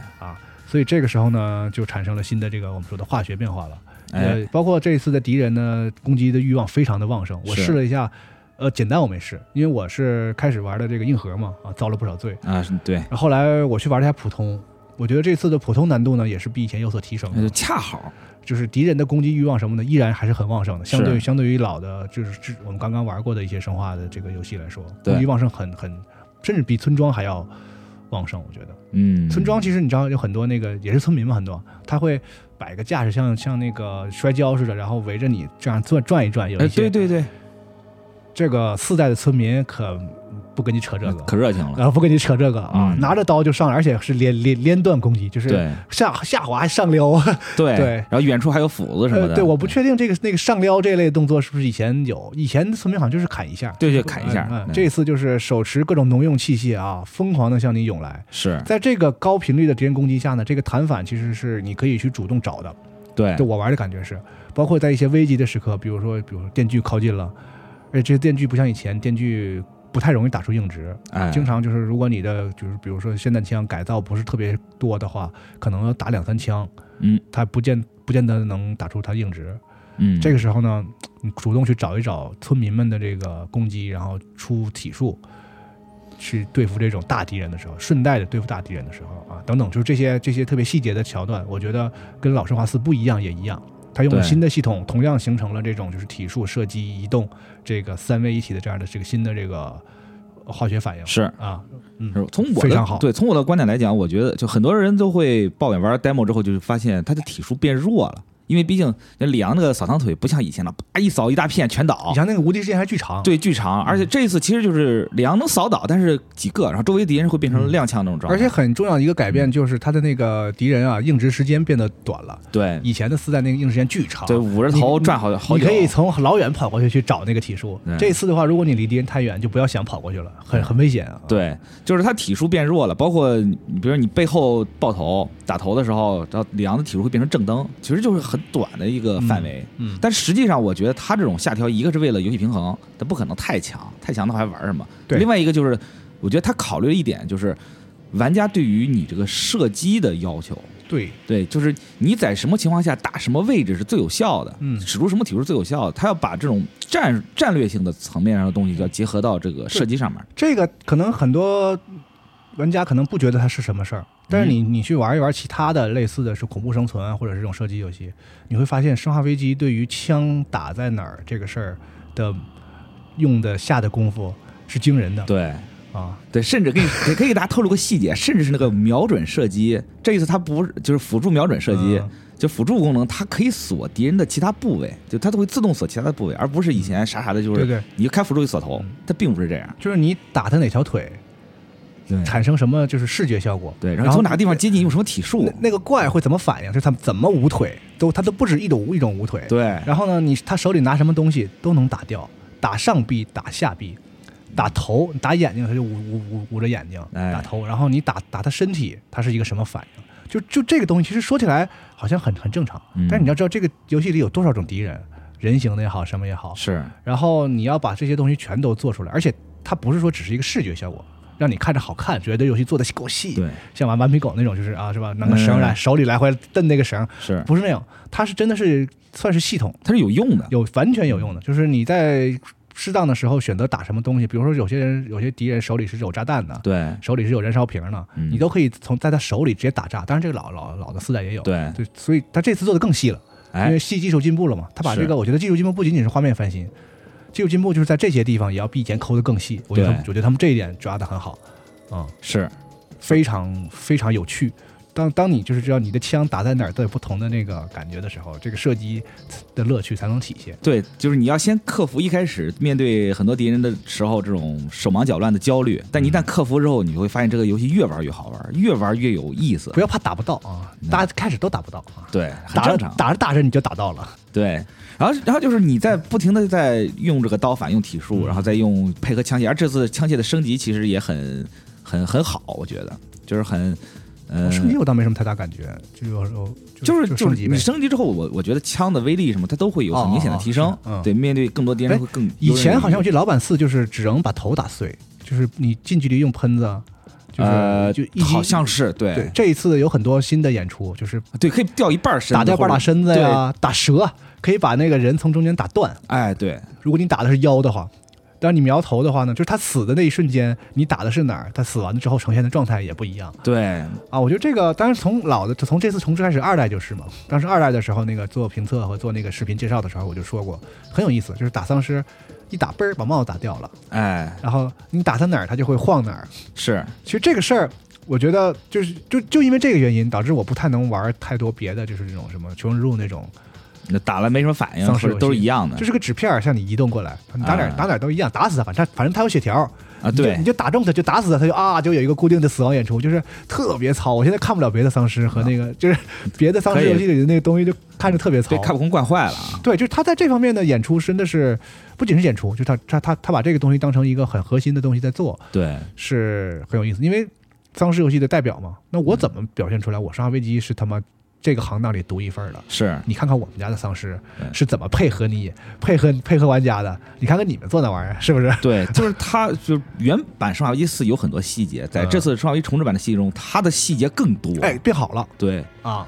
Speaker 1: 所以这个时候呢，就产生了新的这个我们说的化学变化了。
Speaker 2: 哎
Speaker 1: 呃，包括这一次的敌人呢，攻击的欲望非常的旺盛。我
Speaker 2: 是
Speaker 1: 试了一下，呃，简单我没试，因为我是开始玩的这个硬核嘛，啊，遭了不少罪。
Speaker 2: 啊是对，
Speaker 1: 然后后来我去玩了一下普通，我觉得这次的普通难度呢，也是比以前有所提升
Speaker 2: 那就
Speaker 1: 的，
Speaker 2: 恰好
Speaker 1: 就是敌人的攻击欲望什么的，依然还是很旺盛的。相对于
Speaker 2: 是
Speaker 1: 相对于老的，就是之我们刚刚玩过的一些生化的这个游戏来说，
Speaker 2: 对
Speaker 1: 攻击旺盛很很，甚至比村庄还要旺盛。我觉得
Speaker 2: 嗯，
Speaker 1: 村庄其实你知道有很多那个也是村民嘛，很多他会摆个架势，像像那个摔跤似的，然后围着你这样转转一转。有
Speaker 2: 哎
Speaker 1: 一些、
Speaker 2: 对对对，
Speaker 1: 这个四代的村民可不跟你扯这个。
Speaker 2: 可热情了。
Speaker 1: 然后不跟你扯这个啊，
Speaker 2: 嗯
Speaker 1: 拿着刀就上来，而且是连连连段攻击，就是
Speaker 2: 对
Speaker 1: 下下滑上
Speaker 2: (laughs)
Speaker 1: 撩。
Speaker 2: 对
Speaker 1: 对
Speaker 2: 然后远处还有斧子什么
Speaker 1: 呃，
Speaker 2: 的。
Speaker 1: 对，我不确定这个那个上撩这类动作是不是以前有，以前村民好像就是砍一下，
Speaker 2: 对对砍一下
Speaker 1: 嗯嗯
Speaker 2: 嗯
Speaker 1: 这次就是手持各种农用器械啊，疯狂的向你涌来。
Speaker 2: 是
Speaker 1: 在这个高频率的敌人攻击下呢，这个弹反其实是你可以去主动找的。
Speaker 2: 对
Speaker 1: 就我玩的感觉是，包括在一些危急的时刻，比如说比如说电锯靠近了，而且这些电锯不像以前电锯不太容易打出硬直，
Speaker 2: 哎
Speaker 1: 经常就是如果你的就是比如说霰弹枪改造不是特别多的话，可能要打两三枪，
Speaker 2: 嗯
Speaker 1: 它不见不见得能打出它硬直。
Speaker 2: 嗯
Speaker 1: 这个时候呢，你主动去找一找村民们的这个攻击，然后出体术。去对付这种大敌人的时候，顺带的对付大敌人的时候啊，等等，就是这些这些特别细节的桥段，我觉得跟老生化四不一样也一样，它用了
Speaker 2: 对
Speaker 1: 新的系统，同样形成了这种就是体术、射击、移动这个三位一体的这样的这个新的这个化学反应
Speaker 2: 是
Speaker 1: 啊，嗯，
Speaker 2: 是从我
Speaker 1: 非
Speaker 2: 的
Speaker 1: 常好
Speaker 2: 对，从我的观点来讲，我觉得就很多人都会抱怨玩 demo 之后，就是发现他的体术变弱了，因为毕竟那里昂那个扫堂腿不像以前了，啪一扫一大片全倒
Speaker 1: 以。前那个无敌时间还巨长，
Speaker 2: 对，巨长，而且
Speaker 1: 嗯
Speaker 2: 这次其实就是里昂能扫倒，但是几个，然后周围敌人会变成踉跄那种状态。
Speaker 1: 嗯而且很重要的一个改变就是它的那个敌人啊，硬直时间变得短了，
Speaker 2: 嗯对
Speaker 1: 以前的四代那个硬直时间巨长，
Speaker 2: 对，捂着
Speaker 1: 你
Speaker 2: 头转好好
Speaker 1: 你
Speaker 2: 久。
Speaker 1: 可以从老远跑过去去找那个体术。
Speaker 2: 嗯
Speaker 1: 这次的话，如果你离敌人太远，就不要想跑过去了，很很危险啊。，
Speaker 2: 对，就是他体术变弱了，包括你比如说你背后爆头，打头的时候，然后里昂的体术会变成正蹬，其实就是很短的一个范围。
Speaker 1: 嗯，
Speaker 2: 但实际上，我觉得他这种下调，一个是为了游戏平衡，他不可能太强，太强的话还玩什么？
Speaker 1: 对
Speaker 2: 另外一个就是，我觉得他考虑了一点，就是玩家对于你这个射击的要求，
Speaker 1: 对，
Speaker 2: 对，就是你在什么情况下打什么位置是最有效的，
Speaker 1: 嗯
Speaker 2: 使出什么体术是最有效的，他要把这种战战略性的层面上的东西要结合到这个射击上面。
Speaker 1: 这个可能很多玩家可能不觉得它是什么事儿，但是你
Speaker 2: 嗯
Speaker 1: 你去玩一玩其他的类似的是恐怖生存啊，或者是这种射击游戏，你会发现《生化危机》对于枪打在哪儿这个事儿的用的下的功夫是惊人的
Speaker 2: 对。
Speaker 1: 啊，
Speaker 2: 对，甚至可以可以可以给大家透露个细节，甚至是那个瞄准射击，这一次它不是就是辅助瞄准射击，
Speaker 1: 嗯
Speaker 2: 就辅助功能，它可以锁敌人的其他部位，就它都会自动锁其他的部位，而不是以前傻傻的就
Speaker 1: 对
Speaker 2: 是
Speaker 1: 对，
Speaker 2: 你就开辅助就锁头
Speaker 1: 嗯，
Speaker 2: 它并不是这样。
Speaker 1: 就是你打他哪条腿，
Speaker 2: 对
Speaker 1: 产生什么就是视觉效果，
Speaker 2: 哎对，然
Speaker 1: 然
Speaker 2: 后
Speaker 1: 后
Speaker 2: 从哪个地方接近用什么体术
Speaker 1: 那，那个怪会怎么反应？就是他怎么舞腿，都他都不止一种一种舞腿。
Speaker 2: 对
Speaker 1: 然后呢，你他手里拿什么东西都能打掉，打上臂，打下臂，打头，打眼睛，他就捂捂捂捂着眼睛，
Speaker 2: 哎
Speaker 1: 打头。然后你打打他身体，他是一个什么反应？就就这个东西，其实说起来好像很很正常
Speaker 2: 嗯，
Speaker 1: 但是你要知道，这个游戏里有多少种敌人，人形的也好，什么也好，
Speaker 2: 是，
Speaker 1: 然后你要把这些东西全都做出来，而且它不是说只是一个视觉效果，让你看着好看，觉得游戏做的够细，
Speaker 2: 对，
Speaker 1: 像玩顽皮狗那种，就是啊，是吧？拿个绳
Speaker 2: 嗯
Speaker 1: 来、手里来回蹬那个绳，
Speaker 2: 是，
Speaker 1: 不是那样，它是真的是算是系统，
Speaker 2: 它是有用的，
Speaker 1: 有完全有用的，就是你在适当的时候选择打什么东西，比如说有些人有些敌人手里是有炸弹的，
Speaker 2: 对
Speaker 1: 手里是有燃烧瓶的，
Speaker 2: 嗯
Speaker 1: 你都可以从在他手里直接打炸。当然，这个老老老的四代也有，
Speaker 2: 对，
Speaker 1: 对，所以他这次做的更细了。因
Speaker 2: 哎
Speaker 1: 为，技技术进步了嘛，他把
Speaker 2: 是
Speaker 1: 这个我觉得技术进步不仅仅是画面翻新，技术进步就是在这些地方也要比以前抠得更细。我觉得他们
Speaker 2: 对
Speaker 1: 我觉得他们这一点抓得很好，嗯，
Speaker 2: 是，
Speaker 1: 非常非常有趣。当当你就是知道你的枪打在哪儿都有不同的那个感觉的时候，这个射击的乐趣才能体现。
Speaker 2: 对，就是你要先克服一开始面对很多敌人的时候这种手忙脚乱的焦虑，但
Speaker 1: 嗯
Speaker 2: 你一旦克服之后，你会发现这个游戏越玩越好玩，越玩越有意思
Speaker 1: 不。要怕打不到啊，大家开始都打不到啊，
Speaker 2: 对，嗯很
Speaker 1: 打着
Speaker 2: 正常。
Speaker 1: 打着打着你就打到了。
Speaker 2: 对，然后然后就是你在不停的在用这个刀法、用体
Speaker 1: 嗯
Speaker 2: 术，然后再用配合枪械，而这次枪械的升级其实也很很很好，我觉得就是很。呃，
Speaker 1: 哦升级我倒没什么太大感觉，就有时候
Speaker 2: 就是
Speaker 1: 就
Speaker 2: 就
Speaker 1: 升
Speaker 2: 是
Speaker 1: 级
Speaker 2: 你
Speaker 1: 呗。
Speaker 2: 升级之后，我我觉得枪的威力什么，它都会有很明显的提升
Speaker 1: 哦哦哦是嗯。
Speaker 2: 对，面对更多敌人会更。
Speaker 1: 以前好像我
Speaker 2: 就
Speaker 1: 记得老版四就是只能把头打碎，就是你近距离用喷子，啊就是、
Speaker 2: 呃
Speaker 1: 就一击
Speaker 2: 好像是
Speaker 1: 对
Speaker 2: 对
Speaker 1: 这一次有很多新的演出，就是
Speaker 2: 对，可以掉一半身子，
Speaker 1: 打掉半
Speaker 2: 或
Speaker 1: 打
Speaker 2: 者
Speaker 1: 身子呀，打蛇，可以把那个人从中间打断。
Speaker 2: 哎，对
Speaker 1: 如果你打的是腰的话，当你瞄头的话呢，就是他死的那一瞬间，你打的是哪儿，他死完了之后呈现的状态也不一样
Speaker 2: 对，
Speaker 1: 啊。我觉得这个，当然从老的从这次重置开始，二代就是嘛。当时二代的时候，那个做评测和做那个视频介绍的时候，我就说过很有意思，就是打丧尸。一打嘣儿把帽子打掉了，
Speaker 2: 哎
Speaker 1: 然后你打他哪儿，他就会晃哪儿，
Speaker 2: 是，
Speaker 1: 其实这个事儿，我觉得就是就就因为这个原因，导致我不太能玩太多别的，就是这种什么求生之路那种，
Speaker 2: 那打了没什么反应，
Speaker 1: 丧尸
Speaker 2: 或者都
Speaker 1: 游
Speaker 2: 是
Speaker 1: 戏
Speaker 2: 一样的，
Speaker 1: 就是个纸片儿向你移动过来，你打哪儿、
Speaker 2: 啊
Speaker 1: 打哪儿都一样，打死他，反正反正他有血条，
Speaker 2: 啊，
Speaker 1: 你就
Speaker 2: 对
Speaker 1: 你，就打中他就打死他，他就啊就有一个固定的死亡演出，就是特别糙。我现在看不了别的丧尸和那个、就是别的丧尸
Speaker 2: 啊可以
Speaker 1: 游戏里的那个东西，就看着特别糙
Speaker 2: 被。卡普空惯坏了啊。
Speaker 1: 对，就是他在这方面的演出真的是不仅是演出，就是他他他他把这个东西当成一个很核心的东西在做，
Speaker 2: 对，
Speaker 1: 是很有意思，因为丧尸游戏的代表嘛。那
Speaker 2: 嗯
Speaker 1: 我怎么表现出来我《生化危机》是他妈这个行当里独一份儿的？
Speaker 2: 是
Speaker 1: 你看看我们家的丧尸
Speaker 2: 对
Speaker 1: 是怎么配合你、配合配合玩家的？你看看你们做那玩意儿是 (laughs) 不是？
Speaker 2: 对，就是它，就是原版《生化危机四》有很多细节，在
Speaker 1: 嗯
Speaker 2: 这次《生化危机重置版》的细节中，它的细节更多。
Speaker 1: 哎，变好了
Speaker 2: 对，
Speaker 1: 啊！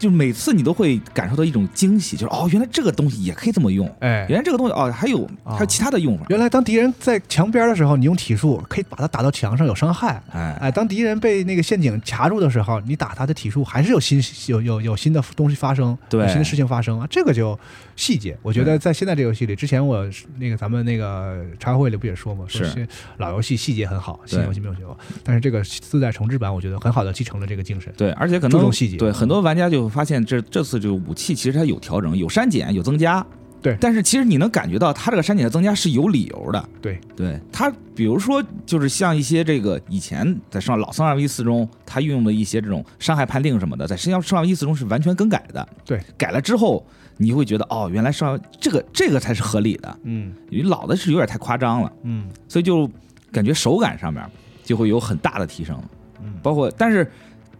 Speaker 2: 就每次你都会感受到一种惊喜，就是哦，原来这个东西也可以这么用，
Speaker 1: 哎，
Speaker 2: 原来这个东西哦，还有
Speaker 1: 啊
Speaker 2: 还有其他的用法。
Speaker 1: 原来当敌人在墙边的时候，你用体术可以把他打到墙上有伤害。
Speaker 2: 哎，
Speaker 1: 哎，当敌人被那个陷阱卡住的时候，你打他的体术还是有新有有有新的东西发生，
Speaker 2: 对
Speaker 1: 有新的事情发生啊，这个就细节。我觉得在现在这个游戏里，之前我是那个咱们那个茶话会里不也说嘛，说
Speaker 2: 是
Speaker 1: 是老游戏细节很好，新
Speaker 2: 对
Speaker 1: 游戏没有学过，但是这个四代重置版，我觉得很好的继承了这个精神。
Speaker 2: 对，而且可能
Speaker 1: 注重细节
Speaker 2: 对很多玩家就会发现这这次这个武器其实它有调整，有删减，有增加。
Speaker 1: 对
Speaker 2: 但是其实你能感觉到它这个删减的增加是有理由的。
Speaker 1: 对，
Speaker 2: 对它，比如说就是像一些这个以前在上老《生化危机四》中，它运用的一些这种伤害判定什么的，在《生化生化危机四》中是完全更改的。
Speaker 1: 对，
Speaker 2: 改了之后，你会觉得哦，原来上这个这个才是合理的，
Speaker 1: 嗯
Speaker 2: 因为老的是有点太夸张了，
Speaker 1: 嗯
Speaker 2: 所以就感觉手感上面就会有很大的提升。
Speaker 1: 嗯，
Speaker 2: 包括但是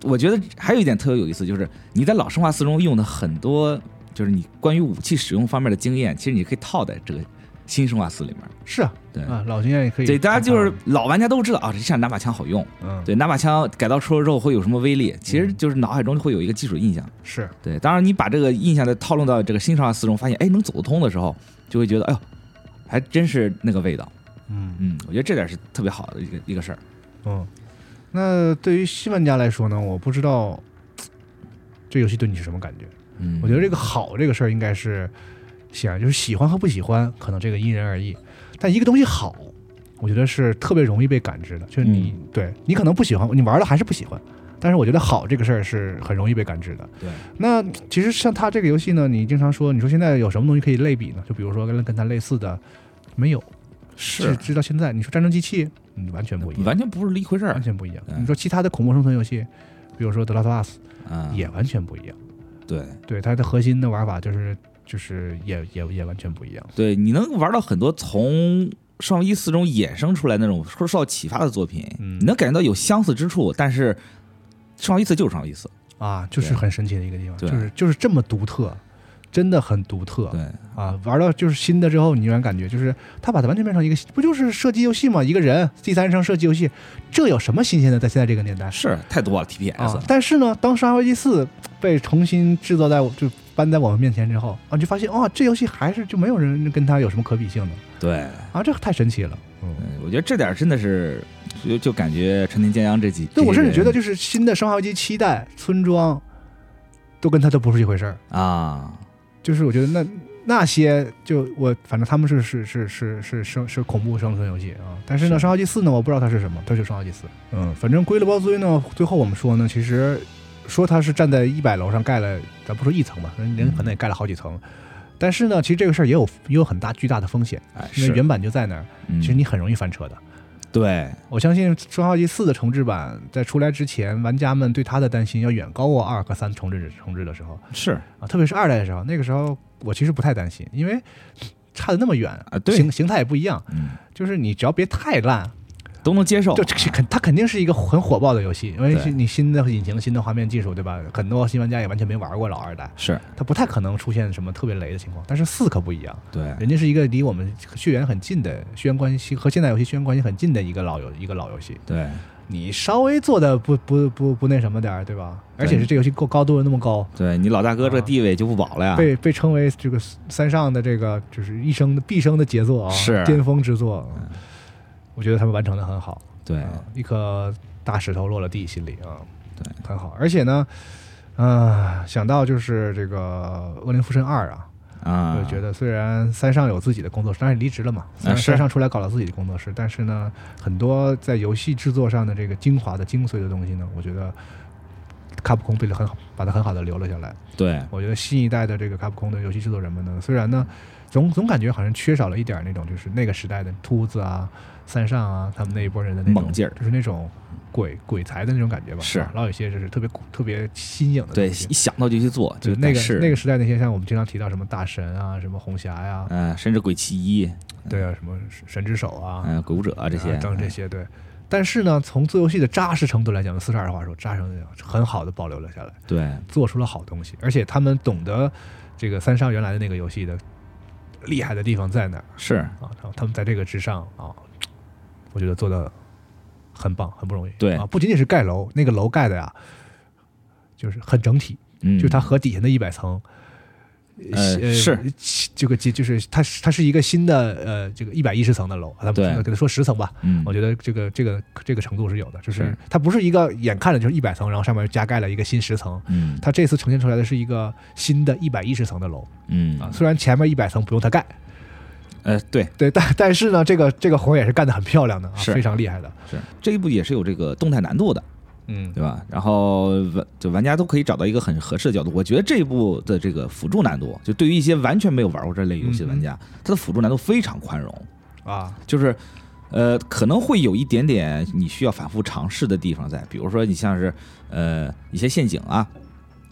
Speaker 2: 我觉得还有一点特别有意思，就是你在老生化四中用的很多，就是你关于武器使用方面的经验，其实你可以套在这个新生化四里面。
Speaker 1: 是啊，
Speaker 2: 对
Speaker 1: 啊，老经验也可以。
Speaker 2: 嗯对，大家就是老玩家都知道啊，这像拿把枪好用，
Speaker 1: 嗯，
Speaker 2: 对，拿把枪改造出了之后会有什么威力，其实就是脑海中会有一个基础印象。
Speaker 1: 是
Speaker 2: 对，当然你把这个印象再套用到这个新生化四中，发现哎能走得通的时候，就会觉得哎呦，还真是那个味道。
Speaker 1: 嗯
Speaker 2: 嗯，我觉得这点是特别好的一个一个事儿。
Speaker 1: 嗯。那对于新玩家来说呢，我不知道这游戏对你是什么感觉。
Speaker 2: 嗯，
Speaker 1: 我觉得这个好这个事儿应该是显然就是喜欢和不喜欢，可能这个因人而异。但一个东西好，我觉得是特别容易被感知的，就是你、
Speaker 2: 嗯
Speaker 1: 对你可能不喜欢，你玩了还是不喜欢。但是我觉得好这个事儿是很容易被感知的。
Speaker 2: 对，
Speaker 1: 那其实像它这个游戏呢，你经常说，你说现在有什么东西可以类比呢？就比如说跟跟它类似的，没有，
Speaker 2: 是
Speaker 1: 直到现在，你说战争机器，嗯，完全不一样，
Speaker 2: 完全不是一回事
Speaker 1: 完
Speaker 2: 儿。
Speaker 1: 全不一样。
Speaker 2: 嗯
Speaker 1: 你说其他的恐怖生存游戏，比如说《德拉托拉斯
Speaker 2: 嗯》，
Speaker 1: 也完全不一样。
Speaker 2: 对
Speaker 1: 对它的核心的玩法就是就是也也也完全不一样。
Speaker 2: 对，你能玩到很多从上一四中衍生出来那种受受到启发的作品，
Speaker 1: 嗯
Speaker 2: 你能感觉到有相似之处，但是上一次就是上一次。
Speaker 1: 啊，就是
Speaker 2: 对
Speaker 1: 很神奇的一个地方，就
Speaker 2: 对
Speaker 1: 是就是这么独特，真的很独特
Speaker 2: 对
Speaker 1: 啊！玩到就是新的之后，你永远感觉就是它把它完全变成一个不就是射击游戏吗？一个人第三人称射击游戏，这有什么新鲜的？在现在这个年代
Speaker 2: 是太多了 TPS，、
Speaker 1: 啊，但是呢，当《生化危机四》被重新制作在我就搬在我们面前之后啊，你就发现哦，这游戏还是就没有人跟它有什么可比性的
Speaker 2: 对。
Speaker 1: 啊，这太神奇了。嗯，
Speaker 2: 嗯我觉得这点真的是，就就感觉陈田健阳这几，
Speaker 1: 对我
Speaker 2: 这
Speaker 1: 甚
Speaker 2: 些
Speaker 1: 至觉得
Speaker 2: 人
Speaker 1: 就是新的《生化危机》七代村庄，都跟它都不是一回事儿。
Speaker 2: 啊，
Speaker 1: 就是我觉得那那些就我反正他们是是是是是生是恐怖生存游戏啊，但是呢，
Speaker 2: 是
Speaker 1: 生化危机四呢，我不知道它是什么，它就是生化危机四。嗯，反正归了包堆呢，最后我们说呢，其实说它是站在一百楼上盖了，咱不说一层吧，人人可能也盖了好几
Speaker 2: 嗯
Speaker 1: 层。但是呢，其实这个事儿也有也有很大巨大的风险，
Speaker 2: 哎，
Speaker 1: 因
Speaker 2: 是
Speaker 1: 为，原版就在那儿，
Speaker 2: 嗯
Speaker 1: 其实你很容易翻车的。
Speaker 2: 对
Speaker 1: 我相信《生化危机四》的重置版在出来之前，玩家们对它的担心要远高过二和三重置重置的时候，
Speaker 2: 是
Speaker 1: 啊，特别是二代的时候，那个时候我其实不太担心，因为差的那么远
Speaker 2: 啊对
Speaker 1: 形形态也不一样，
Speaker 2: 嗯，
Speaker 1: 就是你只要别太烂，
Speaker 2: 都能接受，啊
Speaker 1: 就这这肯它肯定是一个很火爆的游戏，因为
Speaker 2: 对
Speaker 1: 是你新的引擎、新的画面技术，对吧？很多新玩家也完全没玩过老二代，
Speaker 2: 是
Speaker 1: 它不太可能出现什么特别雷的情况。但是四可不一样，
Speaker 2: 对
Speaker 1: 人家是一个离我们血缘很近的血缘关系和现代游戏血缘关系很近的一个老游一个老游戏，
Speaker 2: 对
Speaker 1: 你稍微做的不不不不那什么点儿，对吧？而且
Speaker 2: 对
Speaker 1: 是这游戏够高度又那么高，
Speaker 2: 对，你老大哥这个地位就不保了呀，
Speaker 1: 被被称为这个三上的这个就是一生的毕生的杰作啊，
Speaker 2: 是嗯
Speaker 1: 巅峰之作。我觉得他们完成的很好，
Speaker 2: 对
Speaker 1: 啊一颗大石头落了地，心里啊，
Speaker 2: 对，
Speaker 1: 很好。而且呢，呃，想到就是这个《恶灵附身二》啊，
Speaker 2: 啊，
Speaker 1: 就觉得虽然三上有自己的工作室，当然离职了嘛，虽然
Speaker 2: 是
Speaker 1: 三上出来搞了自己的工作室，但是呢，很多在游戏制作上的这个精华的精髓的东西呢，我觉得卡普空被很好，把它很好的留了下来。
Speaker 2: 对
Speaker 1: 我觉得新一代的这个卡普空的游戏制作人们呢，虽然呢，总总感觉好像缺少了一点那种就是那个时代的秃子啊、三上啊他们那一波人的那种
Speaker 2: 猛劲儿
Speaker 1: 就是那种鬼鬼才的那种感觉吧。
Speaker 2: 是
Speaker 1: 啊老有些就是特别特别新颖的
Speaker 2: 对，
Speaker 1: 东西
Speaker 2: 一想到就去做，就
Speaker 1: 就那个
Speaker 2: 是
Speaker 1: 那个，时代那些像我们经常提到什么大神啊、什么红霞呀、
Speaker 2: 嗯，甚至鬼泣一，
Speaker 1: 对啊，什么神之手啊、
Speaker 2: 嗯，鬼舞者啊这些
Speaker 1: 啊，等这些对。但是呢，从做游戏的扎实程度来讲，四十二的话说，扎实程度来讲很好的保留了下来。
Speaker 2: 对
Speaker 1: 做出了好东西，而且他们懂得这个三商原来的那个游戏的厉害的地方在哪儿
Speaker 2: 是，
Speaker 1: 啊，然后他们在这个之上啊，我觉得做的很棒，很不容易。
Speaker 2: 对
Speaker 1: 啊，不仅仅是盖楼，那个楼盖的呀，就是很整体，
Speaker 2: 嗯，
Speaker 1: 就是它和底下那一百层。
Speaker 2: 呃是
Speaker 1: 这个就就是它是它是一个新的呃这个一百一十层的楼，啊咱
Speaker 2: 对
Speaker 1: 们给它说十层吧，
Speaker 2: 嗯，
Speaker 1: 我觉得这个这个这个程度是有的，就是
Speaker 2: 是
Speaker 1: 它不是一个眼看着就是一百层，然后上面加盖了一个新十层，
Speaker 2: 嗯
Speaker 1: 它这次呈现出来的是一个新的一百一十层的楼
Speaker 2: 嗯
Speaker 1: 啊，虽然前面一百层不用它盖，
Speaker 2: 呃对
Speaker 1: 对，但但是呢，这个这个活儿也是干得很漂亮的啊，
Speaker 2: 是
Speaker 1: 非常厉害的，
Speaker 2: 是这一步也是有这个动态难度的，
Speaker 1: 嗯
Speaker 2: 对吧？然后玩就玩家都可以找到一个很合适的角度。我觉得这一步的这个辅助难度，就对于一些完全没有玩过这类游戏的
Speaker 1: 嗯
Speaker 2: 玩家，它的辅助难度非常宽容，
Speaker 1: 啊，
Speaker 2: 就是。呃，可能会有一点点你需要反复尝试的地方在，比如说你像是呃一些陷阱啊，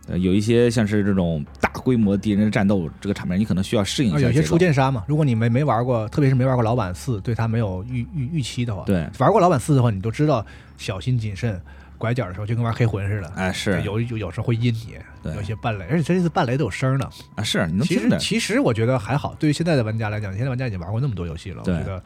Speaker 2: 呃有一些像是这种大规模敌人的战斗这个场面，你可能需要适应一
Speaker 1: 啊
Speaker 2: 下节奏。
Speaker 1: 有些初见杀嘛，如果你没没玩过，特别是没玩过老版四，对它没有预预预期的话，
Speaker 2: 对
Speaker 1: 玩过老版四的话，你都知道小心谨慎，拐角的时候，就跟玩黑魂似的。
Speaker 2: 哎，是
Speaker 1: 有有有时候会阴你，
Speaker 2: 对
Speaker 1: 有一些半雷，而且这次半雷都有声儿呢。
Speaker 2: 啊，是你能
Speaker 1: 其
Speaker 2: 听
Speaker 1: 实
Speaker 2: 着。
Speaker 1: 其实我觉得还好，对于现在的玩家来讲，现在玩家已经玩过那么多游戏了，我
Speaker 2: 对
Speaker 1: 觉得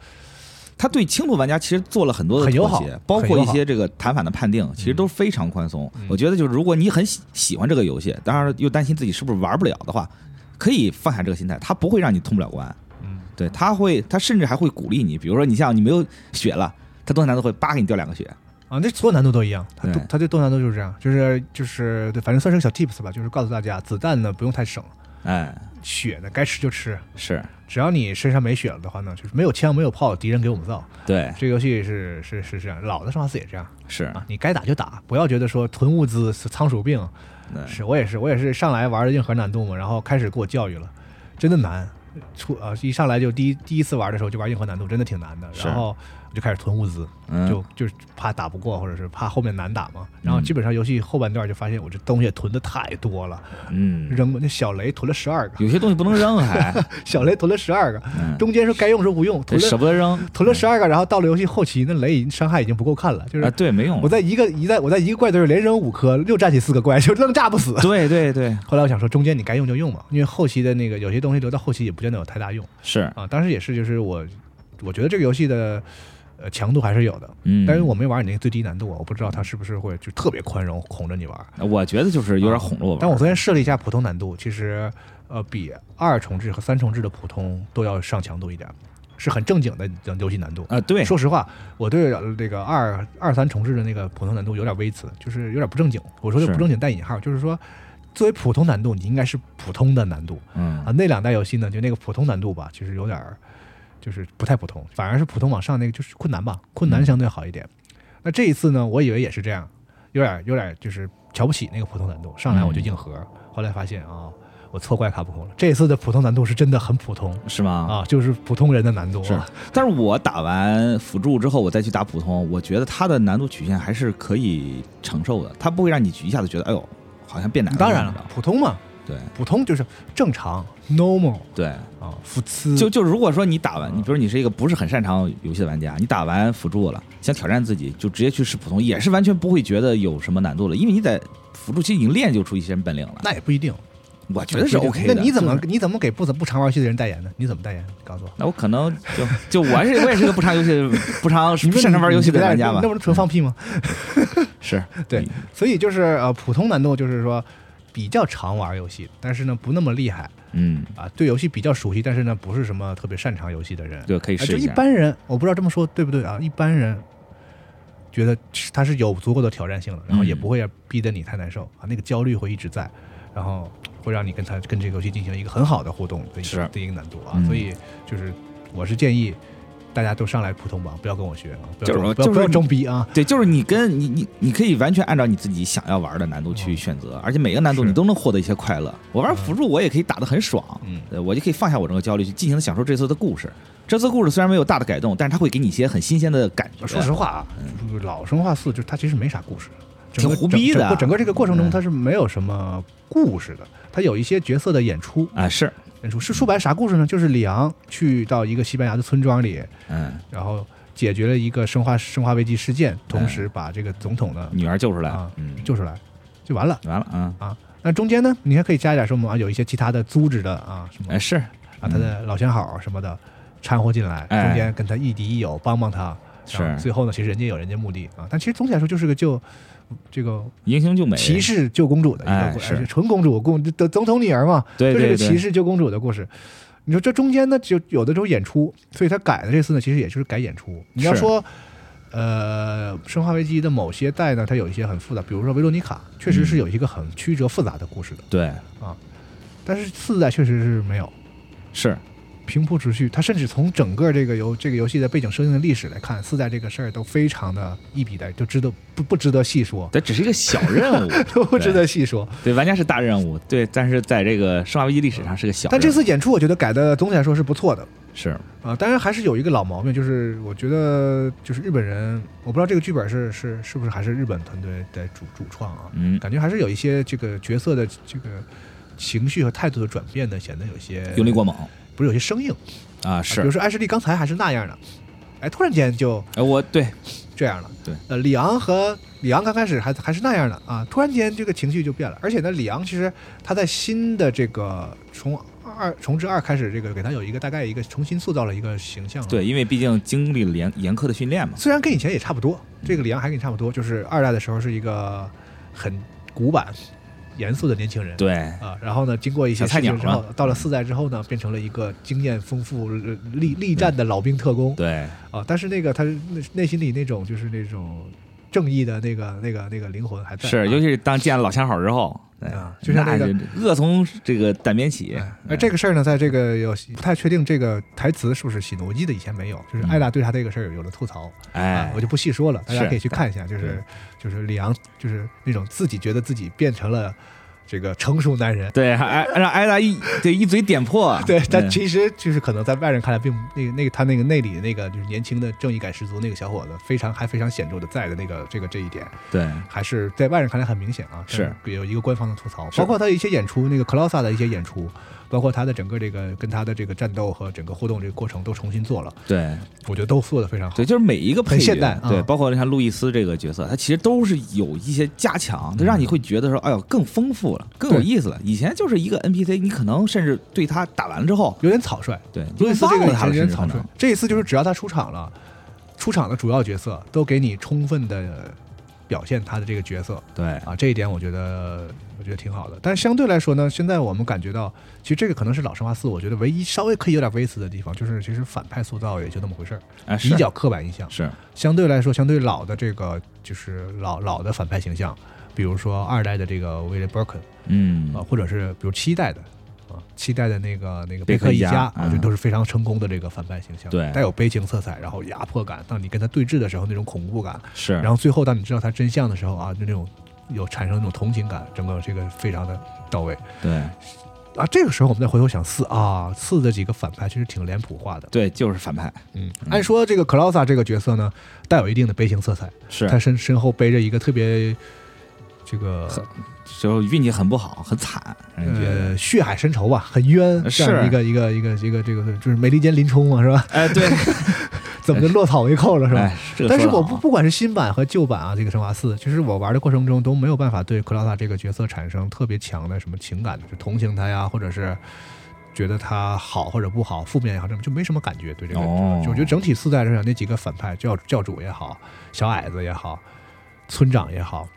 Speaker 2: 他对轻度玩家其实做了很多的
Speaker 1: 很友
Speaker 2: 妥
Speaker 1: 好
Speaker 2: 协，包
Speaker 1: 很
Speaker 2: 括
Speaker 1: 友
Speaker 2: 一
Speaker 1: 好
Speaker 2: 些这个弹反的判定，其实
Speaker 1: 嗯
Speaker 2: 都非常宽松。我觉得就是如果你很喜喜欢这个游戏，当然又担心自己是不是玩不了的话，可以放下这个心态，他不会让你通不了关。
Speaker 1: 嗯，
Speaker 2: 对，他会，他甚至还会鼓励你，比如说你像你没有血了，他多难都会叭给你掉两个血。
Speaker 1: 啊，那所有难度都一样，它都
Speaker 2: 对
Speaker 1: 它对动难度就是这样，就是就是对，反正算是个小 tips 吧，就是告诉大家，子弹呢不用太省，
Speaker 2: 哎，
Speaker 1: 血呢该吃就吃，
Speaker 2: 是
Speaker 1: 只要你身上没血了的话呢，就是没有枪没有炮，敌人给我们造。
Speaker 2: 对，
Speaker 1: 这个游戏是是是这样，老的生化四也这样
Speaker 2: 是
Speaker 1: 啊，你该打就打，不要觉得说囤物资是仓鼠病，
Speaker 2: 对
Speaker 1: 是我也是，我也是上来玩的硬核难度嘛，然后开始给我教育了，真的难。出呃一上来就第一第一次玩的时候就玩硬核难度，真的挺难的。
Speaker 2: 是
Speaker 1: 然后我就开始囤物资，
Speaker 2: 嗯
Speaker 1: 就就是怕打不过，或者是怕后面难打嘛。然后
Speaker 2: 嗯
Speaker 1: 基本上游戏后半段就发现我这东西也囤的太多了，
Speaker 2: 嗯，
Speaker 1: 扔那小雷囤了十二个，
Speaker 2: 有些东西不能
Speaker 1: (laughs)
Speaker 2: 扔还，
Speaker 1: 小雷囤了十二个，(laughs)
Speaker 2: 嗯
Speaker 1: 中间说该用时候不用，
Speaker 2: 对
Speaker 1: 囤
Speaker 2: 舍
Speaker 1: 了
Speaker 2: 不得扔
Speaker 1: 囤了十二个，然后到了游戏后期那雷已经伤害已经不够看了，就
Speaker 2: 啊，
Speaker 1: 是
Speaker 2: 对，没用
Speaker 1: 我。在一个一在我在一个怪队连扔五颗，又站起四个怪， (laughs) 就愣炸不死。
Speaker 2: 对对对，
Speaker 1: 后来我想说，中间你该用就用嘛，因为后期的那个有些东西留到后期也不见得有太大用
Speaker 2: 是，
Speaker 1: 啊。当时也是，就是我我觉得这个游戏的呃强度还是有的，
Speaker 2: 嗯，
Speaker 1: 但是我没玩你那个最低难度啊，我不知道它是不是会就特别宽容哄着你玩。
Speaker 2: 我觉得就是有点哄着我玩。
Speaker 1: 啊但我昨天试了一下普通难度，其实呃比二重制和三重制的普通都要上强度一点，是很正经的游戏难度。
Speaker 2: 啊，对，
Speaker 1: 说实话，我对呃这个二二三重置的那个普通难度有点微词，就是有点不正经。我说的
Speaker 2: 是
Speaker 1: 不正经带引号，就是说，作为普通难度，你应该是普通的难度
Speaker 2: 嗯
Speaker 1: 啊。那两代游戏呢，就那个普通难度吧，其实有点儿就是不太普通，反而是普通往上那个就是困难吧，困难相对好一点。
Speaker 2: 嗯
Speaker 1: 那这一次呢，我以为也是这样，有点有点就是瞧不起那个普通难度，上来我就硬
Speaker 2: 嗯
Speaker 1: 核，后来发现啊、我错怪卡普空了。这一次的普通难度是真的很普通
Speaker 2: 是吗？
Speaker 1: 啊，就是普通人的难度
Speaker 2: 是
Speaker 1: 啊。，
Speaker 2: 但是我打完辅助之后，我再去打普通，我觉得它的难度曲线还是可以承受的，它不会让你一下子觉得，哎呦，好像变难了。
Speaker 1: 当然
Speaker 2: 你知道
Speaker 1: 了
Speaker 2: 吗，
Speaker 1: 嗯普通嘛，
Speaker 2: 对
Speaker 1: 普通就是正常 normal
Speaker 2: 对，
Speaker 1: 啊，福次
Speaker 2: 就就如果说你打
Speaker 1: 嗯
Speaker 2: 完，你比如你是一个不是很擅长游戏的玩家，你打完辅助了，想挑战自己，就直接去试普通，也是完全不会觉得有什么难度了，因为你在辅助期已经练就出一身本领了。
Speaker 1: 那也不一定，
Speaker 2: 我觉得是 OK 的。
Speaker 1: 那你怎么
Speaker 2: 就是？
Speaker 1: 你怎么给不怎么不常玩游戏的人代言呢？你怎么代言？告诉我。
Speaker 2: 那我可能就就我是我也是个不常游戏、
Speaker 1: (laughs)
Speaker 2: 不常
Speaker 1: 你
Speaker 2: 不擅长玩游戏的玩家
Speaker 1: 吧，
Speaker 2: 嗯吧
Speaker 1: 那？不是纯放屁吗？
Speaker 2: 是
Speaker 1: 对， (laughs) 所以就是呃，普通难度就是说比较常玩游戏，但是呢不那么厉害
Speaker 2: 嗯，
Speaker 1: 啊，对游戏比较熟悉，但是呢不是什么特别擅长游戏的人，
Speaker 2: 对，可以
Speaker 1: 啊
Speaker 2: 试
Speaker 1: 就
Speaker 2: 一
Speaker 1: 一
Speaker 2: 下。
Speaker 1: 般人，我不知道这么说对不对啊？一般人觉得是他是有足够的挑战性的，然后也
Speaker 2: 嗯
Speaker 1: 不会逼得你太难受啊，那个焦虑会一直在，然后会让你跟他跟这个游戏进行一个很好的互动的一
Speaker 2: 是
Speaker 1: 个的一个难度啊。
Speaker 2: 嗯
Speaker 1: 所以就是我是建议大家都上来普通榜，不要跟我学啊，不
Speaker 2: 就
Speaker 1: 要装
Speaker 2: 是说
Speaker 1: 不要
Speaker 2: 就是
Speaker 1: 不要
Speaker 2: 你
Speaker 1: 装逼啊。
Speaker 2: 对，就是你跟你你你可以完全按照你自己想要玩的难度去选择，而且每个难度
Speaker 1: 哦是哦
Speaker 2: 你都能获得一些快乐。我玩辅助我也可以打得很爽，
Speaker 1: 嗯
Speaker 2: 呃，我就可以放下我整个焦虑，去尽情的享受这次的故事。这次故事虽然没有大的改动，但是它会给你一些很新鲜的感觉。
Speaker 1: 说实话啊，老生化四就是它其实没啥故事，整个
Speaker 2: 挺胡逼
Speaker 1: 整
Speaker 2: 的
Speaker 1: 整个整个这个过程中
Speaker 2: 嗯
Speaker 1: 它是没有什么故事的，它有一些角色的演出，
Speaker 2: 啊，是，
Speaker 1: 演出是说白了啥故事呢？就是里昂去到一个西班牙的村庄里，
Speaker 2: 嗯，
Speaker 1: 然后解决了一个生化生化危机事件，同时把这个总统呢
Speaker 2: 女儿救出来，
Speaker 1: 啊
Speaker 2: 嗯，
Speaker 1: 救出来，就完了。
Speaker 2: 完了啊，
Speaker 1: 那中间呢，你还可以加一点什么啊？有一些其他的组织的啊，什么
Speaker 2: 哎是
Speaker 1: 啊，他的老相好什么的掺和进来，
Speaker 2: 哎
Speaker 1: 中间跟他亦敌亦友，帮帮他。
Speaker 2: 是
Speaker 1: 然后啊最后呢，其实人家有人家目的啊，但其实总体来说就是个救这个
Speaker 2: 英雄救美，
Speaker 1: 骑士救公主的一个
Speaker 2: 哎
Speaker 1: 故事，
Speaker 2: 是
Speaker 1: 哎纯公主公的总统女儿嘛，
Speaker 2: 对
Speaker 1: 就是
Speaker 2: 对
Speaker 1: 个骑
Speaker 2: 对，
Speaker 1: 士救公主的故事。你说这中间呢，就有的时候演出，所以他改的这次呢，其实也就是改演出。你要
Speaker 2: 是
Speaker 1: 说，呃，《生化危机》的某些代呢，它有一些很复杂，比如说维罗妮卡，确
Speaker 2: 嗯
Speaker 1: 实是有一个很曲折复杂的故事的，
Speaker 2: 对
Speaker 1: 但是四代确实是没有
Speaker 2: 是，
Speaker 1: 平铺直叙。它甚至从整个这个游这个游戏的背景设定的历史来看，四代这个事儿都非常的一笔带，就值得不不值得细说， (laughs)
Speaker 2: 这只是一个小任务，
Speaker 1: 都不值得细说。
Speaker 2: (laughs) 对玩家是大任务，对，但是在这个《生化危机》历史上是个小任
Speaker 1: 但
Speaker 2: 务，
Speaker 1: 这次演出，我觉得改的总体来说是不错的。
Speaker 2: 是
Speaker 1: 啊，当然还是有一个老毛病，就是我觉得就是日本人，我不知道这个剧本是是是不是还是日本团队的主主创啊，
Speaker 2: 嗯
Speaker 1: 感觉还是有一些这个角色的这个情绪和态度的转变呢，显得有些
Speaker 2: 用力过猛
Speaker 1: 不是有些生硬，
Speaker 2: 啊，
Speaker 1: 比
Speaker 2: 是
Speaker 1: 如，说艾什莉刚才还是那样的，哎，突然间就
Speaker 2: 哎我对
Speaker 1: 这样了。
Speaker 2: 对，
Speaker 1: 呃，里昂和里昂刚开始还还是那样的啊，突然间这个情绪就变了，而且呢，里昂其实他在新的这个从二重置二开始，这个给他有一个大概一个重新塑造了一个形象。
Speaker 2: 对，，因为毕竟经历了严严苛的训练嘛，
Speaker 1: 虽然跟以前也差不多，这个里昂还跟你差不多，就是二代的时候是一个很古板、严肃的年轻人。
Speaker 2: 对，
Speaker 1: 啊，然后呢，经过一些
Speaker 2: 小菜
Speaker 1: 事情
Speaker 2: 鸟
Speaker 1: 之后
Speaker 2: 嘛，
Speaker 1: 到了四代之后呢，变成了一个经验丰富、呃力力战的老兵特工
Speaker 2: 对，
Speaker 1: 啊。但是那个他内内心里那种就是那种正义的那个那个那个灵魂还在，
Speaker 2: 是，
Speaker 1: 啊
Speaker 2: 尤其是当见了老相好之后，对
Speaker 1: 啊就像那个
Speaker 2: 是恶从这个胆边起
Speaker 1: 哎，那这个事儿呢，在这个有不太确定这个台词是不是喜怒，我记得以前没有，就是艾达对他这个事儿有了吐槽，啊
Speaker 2: 嗯哎，
Speaker 1: 我就不细说了，大家
Speaker 2: 是
Speaker 1: 可以去看一下，就是就是李昂就是那种自己觉得自己变成了这个成熟男人， (laughs)，
Speaker 2: 对，还挨让挨达一对一嘴点破嗯
Speaker 1: 对，但其实就是可能在外人看来并那个那个他那个内里的那个就是年轻的正义感十足那个小伙子，非常还非常显著的在的那个这个这一点，
Speaker 2: 对
Speaker 1: 还是在外人看来很明显啊，
Speaker 2: 是
Speaker 1: 但有一个官方的吐槽，
Speaker 2: 是
Speaker 1: 包括他一些演出，那个克劳萨的一些演出，包括他的整个这个跟他的这个战斗和整个互动这个过程都重新做了，
Speaker 2: 对
Speaker 1: 我觉得都做的非常好。
Speaker 2: 对，就是每一个配
Speaker 1: 很
Speaker 2: 角
Speaker 1: 现代，啊
Speaker 2: 对，包括像路易斯这个角色，他其实都是有一些加强，他让你会觉得说，哎呦，更丰富了，更有
Speaker 1: 对
Speaker 2: 意思了。以前就是一个 NPC，你可能甚至对他打完之后，
Speaker 1: 有点草率，
Speaker 2: 对，
Speaker 1: 路易斯这
Speaker 2: 忘
Speaker 1: 个
Speaker 2: 了
Speaker 1: 以
Speaker 2: 他
Speaker 1: 前
Speaker 2: 了，
Speaker 1: 有点
Speaker 2: 甚至
Speaker 1: 草
Speaker 2: 可
Speaker 1: 率
Speaker 2: 能。
Speaker 1: 这一次就是只要他出场了，出场的主要角色都给你充分的表现他的这个角色，
Speaker 2: 对
Speaker 1: 啊，这一点我觉得我觉得挺好的。但是相对来说呢，现在我们感觉到，其实这个可能是老生化四，我觉得唯一稍微可以有点微词的地方，就是其实反派塑造也就那么回事儿，
Speaker 2: 啊，
Speaker 1: 比
Speaker 2: 是
Speaker 1: 较刻板印象。
Speaker 2: 是，
Speaker 1: 相对来说，相对老的这个就是老老的反派形象，比如说二代的这个威廉· Burke
Speaker 2: 嗯
Speaker 1: 啊，，或者是比如七代的。啊，七代的那个那个
Speaker 2: 贝
Speaker 1: 贝
Speaker 2: 克
Speaker 1: 克
Speaker 2: 一
Speaker 1: 一
Speaker 2: 家
Speaker 1: 家，我觉得
Speaker 2: 嗯
Speaker 1: 都是非常成功的这个反派形象，
Speaker 2: 对
Speaker 1: 带有悲情色彩，然后压迫感，当你跟他对峙的时候那种恐怖感，
Speaker 2: 是，
Speaker 1: 然后最后当你知道他真相的时候啊，就那种有产生那种同情感，整个这个非常的到位
Speaker 2: 对
Speaker 1: 啊。这个时候我们再回头想四啊，四的几个反派其实挺脸谱化的。
Speaker 2: 对，就是反派，
Speaker 1: 嗯，按说这个克劳萨这个角色呢，带有一定的悲情色彩，
Speaker 2: 是
Speaker 1: 他身身后背着一个特别这个
Speaker 2: 很就运气很不好，很惨，让人觉得。
Speaker 1: 呃血海深仇吧，很冤这样
Speaker 2: 呃是
Speaker 1: 一个一个一个一个这个就是美利坚林冲啊嘛是
Speaker 2: (laughs)
Speaker 1: 吧？
Speaker 2: 哎，对，
Speaker 1: 怎么就落草为寇了是吧？
Speaker 2: 哎，这个
Speaker 1: 但是
Speaker 2: 说得
Speaker 1: 我
Speaker 2: 好
Speaker 1: 不不管是新版和旧版啊，这个《生化四》，其实我玩的过程中都没有办法对克劳萨这个角色产生特别强的什么情感，就同情他呀，或者是觉得他好或者不好，负面也好，这么就没什么感觉对这个。
Speaker 2: 哦
Speaker 1: 就我觉得整体四代来讲，那几个反派教教主也好，小矮子也好，村长也好，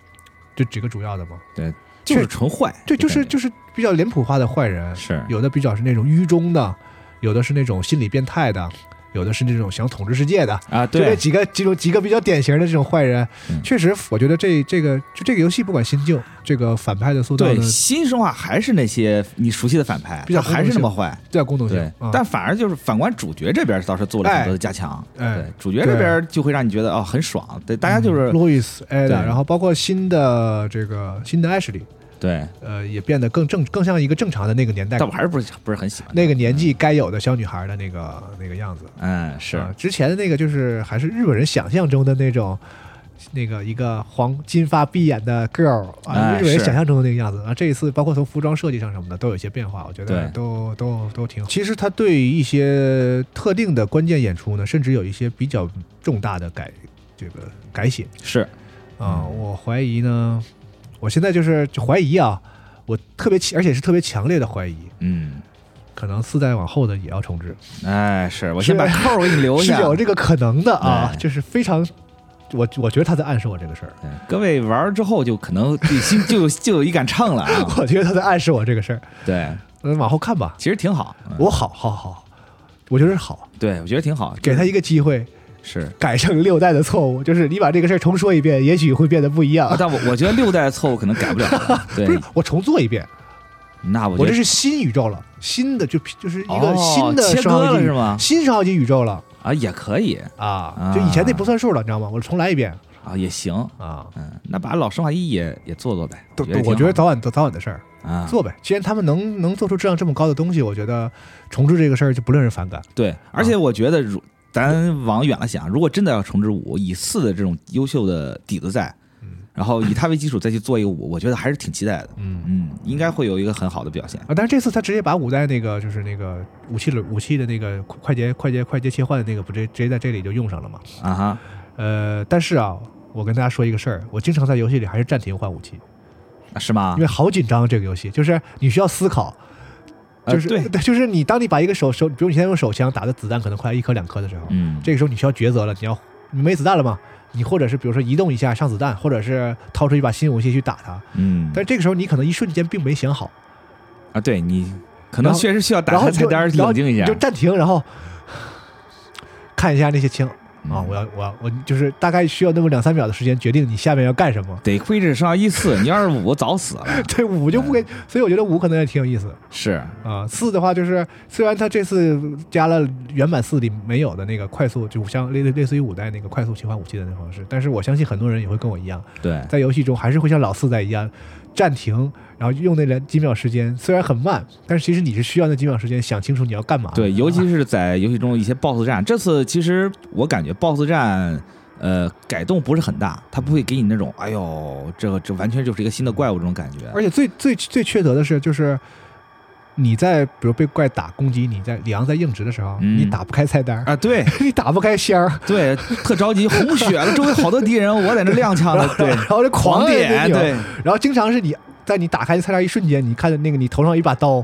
Speaker 1: 这几个主要的嘛，
Speaker 2: 对，就是
Speaker 1: 确
Speaker 2: 纯坏，
Speaker 1: 对，就是
Speaker 2: 感
Speaker 1: 就是比较脸谱化的坏人
Speaker 2: 觉，是
Speaker 1: 有的比较是那种愚忠的，有的是那种心理变态的，有的是那种想统治世界的。
Speaker 2: 啊，
Speaker 1: 就这
Speaker 2: 对，
Speaker 1: 几个几种几个比较典型的这种坏人，
Speaker 2: 嗯
Speaker 1: 确实，我觉得这这个就这个游戏不管新旧，这个反派的塑造
Speaker 2: 对，
Speaker 1: 呢
Speaker 2: 新生化还是那些你熟悉的反派，
Speaker 1: 比较
Speaker 2: 他还是那
Speaker 1: 功能性
Speaker 2: 么坏，
Speaker 1: 比较共同性
Speaker 2: 对，，
Speaker 1: 啊
Speaker 2: 但反而就是反观主角这边倒是做了很
Speaker 1: 哎
Speaker 2: 多的加强，
Speaker 1: 哎
Speaker 2: 对，主角这边就会让你觉得哦很爽，对，大家就是
Speaker 1: 路易斯、艾
Speaker 2: 对
Speaker 1: 达，然后包括新的这个新的艾什利，
Speaker 2: 对，
Speaker 1: 呃，也变得更正更像一个正常的那个年代
Speaker 2: 但我还是不是不是很喜欢，
Speaker 1: 那个年纪该有的小女孩的那个那个样子。
Speaker 2: 嗯，是
Speaker 1: 啊，之前的那个就是还是日本人想象中的那种，那个一个黄金发碧眼的 girl 啊，
Speaker 2: 哎
Speaker 1: 日本人
Speaker 2: 是
Speaker 1: 想象中的那个样子。啊，这一次包括从服装设计上什么的都有一些变化，我觉得
Speaker 2: 对
Speaker 1: 都都都挺好。其实他对一些特定的关键演出呢，甚至有一些比较重大的改这个改写
Speaker 2: 是，
Speaker 1: 啊，我怀疑呢，我现在就是就怀疑啊，我特别强而且是特别强烈的怀疑，
Speaker 2: 嗯，
Speaker 1: 可能四代往后的也要重置。
Speaker 2: 哎，是我
Speaker 1: 是
Speaker 2: 先把扣儿我给你留
Speaker 1: 是
Speaker 2: 下。
Speaker 1: 有这个可能的啊
Speaker 2: 哎，
Speaker 1: 就是非常，我我觉得他在暗示我这个事儿， (laughs)
Speaker 2: 对各位玩儿之后就可能就心就有就有一杆秤了啊！
Speaker 1: 我觉得他在暗示我这个事儿，
Speaker 2: 对，
Speaker 1: 嗯，往后看吧，
Speaker 2: 其实挺好，嗯
Speaker 1: 我好好好，我觉得是好，
Speaker 2: 对我觉得挺好，
Speaker 1: 给他一个机会
Speaker 2: 是
Speaker 1: 改正六代的错误，就是你把这个事儿重说一遍，也许会变得不一
Speaker 2: 啊，
Speaker 1: 样。
Speaker 2: 但我我觉得六代的错误可能改不
Speaker 1: (laughs)
Speaker 2: 了。
Speaker 1: 不
Speaker 2: 对
Speaker 1: 是，，我重做一遍，
Speaker 2: 那我
Speaker 1: 我
Speaker 2: 觉
Speaker 1: 这
Speaker 2: 得
Speaker 1: 是新宇宙了，新的就就是一个
Speaker 2: 哦
Speaker 1: 新的
Speaker 2: 切
Speaker 1: 上
Speaker 2: 割
Speaker 1: 号
Speaker 2: 了
Speaker 1: 机
Speaker 2: 是，吗？
Speaker 1: 新上号机宇宙了
Speaker 2: 啊，也可以
Speaker 1: 啊
Speaker 2: 啊，
Speaker 1: 就以前那不算数了，你知道吗？我重来一遍
Speaker 2: 啊，也行。
Speaker 1: 啊，
Speaker 2: 嗯，那把老生化一也也做做呗。
Speaker 1: 都
Speaker 2: 也挺好
Speaker 1: 我觉得早晚早晚的事儿。
Speaker 2: 啊，
Speaker 1: 做呗。既然他们能能做出质量这么高的东西，我觉得重置这个事儿就不令人反感。
Speaker 2: 对，而且我觉得如咱往远了想，如果真的要重置五，以四的这种优秀的底子在，然后以它为基础再去做一个五，我觉得还是挺期待的。
Speaker 1: 嗯
Speaker 2: 嗯，应该会有一个很好的表现。
Speaker 1: 啊，但是这次他直接把五代那个就是那个武器轮武器的那个快捷快捷快捷切换的那个不直直接在这里就用上了嘛？
Speaker 2: 啊哈，
Speaker 1: 呃，但是啊，我跟大家说一个事儿，我经常在游戏里还是暂停换武器，
Speaker 2: 啊是吗
Speaker 1: 因？为好紧张这个游戏，就是你需要思考，
Speaker 2: 呃
Speaker 1: 就是、
Speaker 2: 对，
Speaker 1: (laughs) 就是你当你把一个手手，比如你现在用手枪打的子弹可能快一颗两颗的时候，
Speaker 2: 嗯，
Speaker 1: 这个时候你需要抉择了，你要你没子弹了吗？你或者是比如说移动一下上子弹，或者是掏出一把新武器去打它，
Speaker 2: 嗯，
Speaker 1: 但这个时候你可能一瞬间并没想好，
Speaker 2: 啊，对你可
Speaker 1: 然
Speaker 2: 能
Speaker 1: 后
Speaker 2: 确实需要打
Speaker 1: 然后
Speaker 2: 开
Speaker 1: 你
Speaker 2: 菜
Speaker 1: 就
Speaker 2: 单儿
Speaker 1: 然后
Speaker 2: 冷静一下
Speaker 1: 你就暂停，然后看一下那些枪啊，
Speaker 2: 嗯
Speaker 1: 我要我要我就是大概需要那么两三秒的时间决定你下面要干什么。 (laughs)
Speaker 2: 得亏这是生化一四，你要是五早死了。
Speaker 1: 对五就不
Speaker 2: 嗯
Speaker 1: 给，所以我觉得五可能也挺有意思
Speaker 2: 是，
Speaker 1: 啊。四的话就是，虽然它这次加了原版四里没有的那个快速，就像类类似于五代那个快速切换武器的那方式，但是我相信很多人也会跟我一样，
Speaker 2: 对，
Speaker 1: 在游戏中还是会像老四代一样暂停，然后用那两几秒时间，虽然很慢，但是其实你是需要那几秒时间想清楚你要干嘛的。
Speaker 2: 对，尤
Speaker 1: 啊
Speaker 2: 其是在游戏中一些 BOSS 战，这次其实我感觉 BOSS 战。呃，改动不是很大，它不会给你那种，哎呦，这个这完全就是一个新的怪物这种感觉。
Speaker 1: 而且最最最缺德的是，就是你在比如被怪打攻击，你在里昂在硬直的时候，
Speaker 2: 嗯
Speaker 1: 你打不开菜单儿， (laughs)
Speaker 2: 啊，对
Speaker 1: 你打不开箱儿，
Speaker 2: 对，特着急，红血了，周围好多敌人，我在那踉跄的，啊对，
Speaker 1: (laughs) 然后就狂
Speaker 2: 狂
Speaker 1: 按那
Speaker 2: 点，
Speaker 1: 钮，
Speaker 2: 对，
Speaker 1: 然后经常是你在你打开菜单一瞬间，你看见那个你头上有一把刀。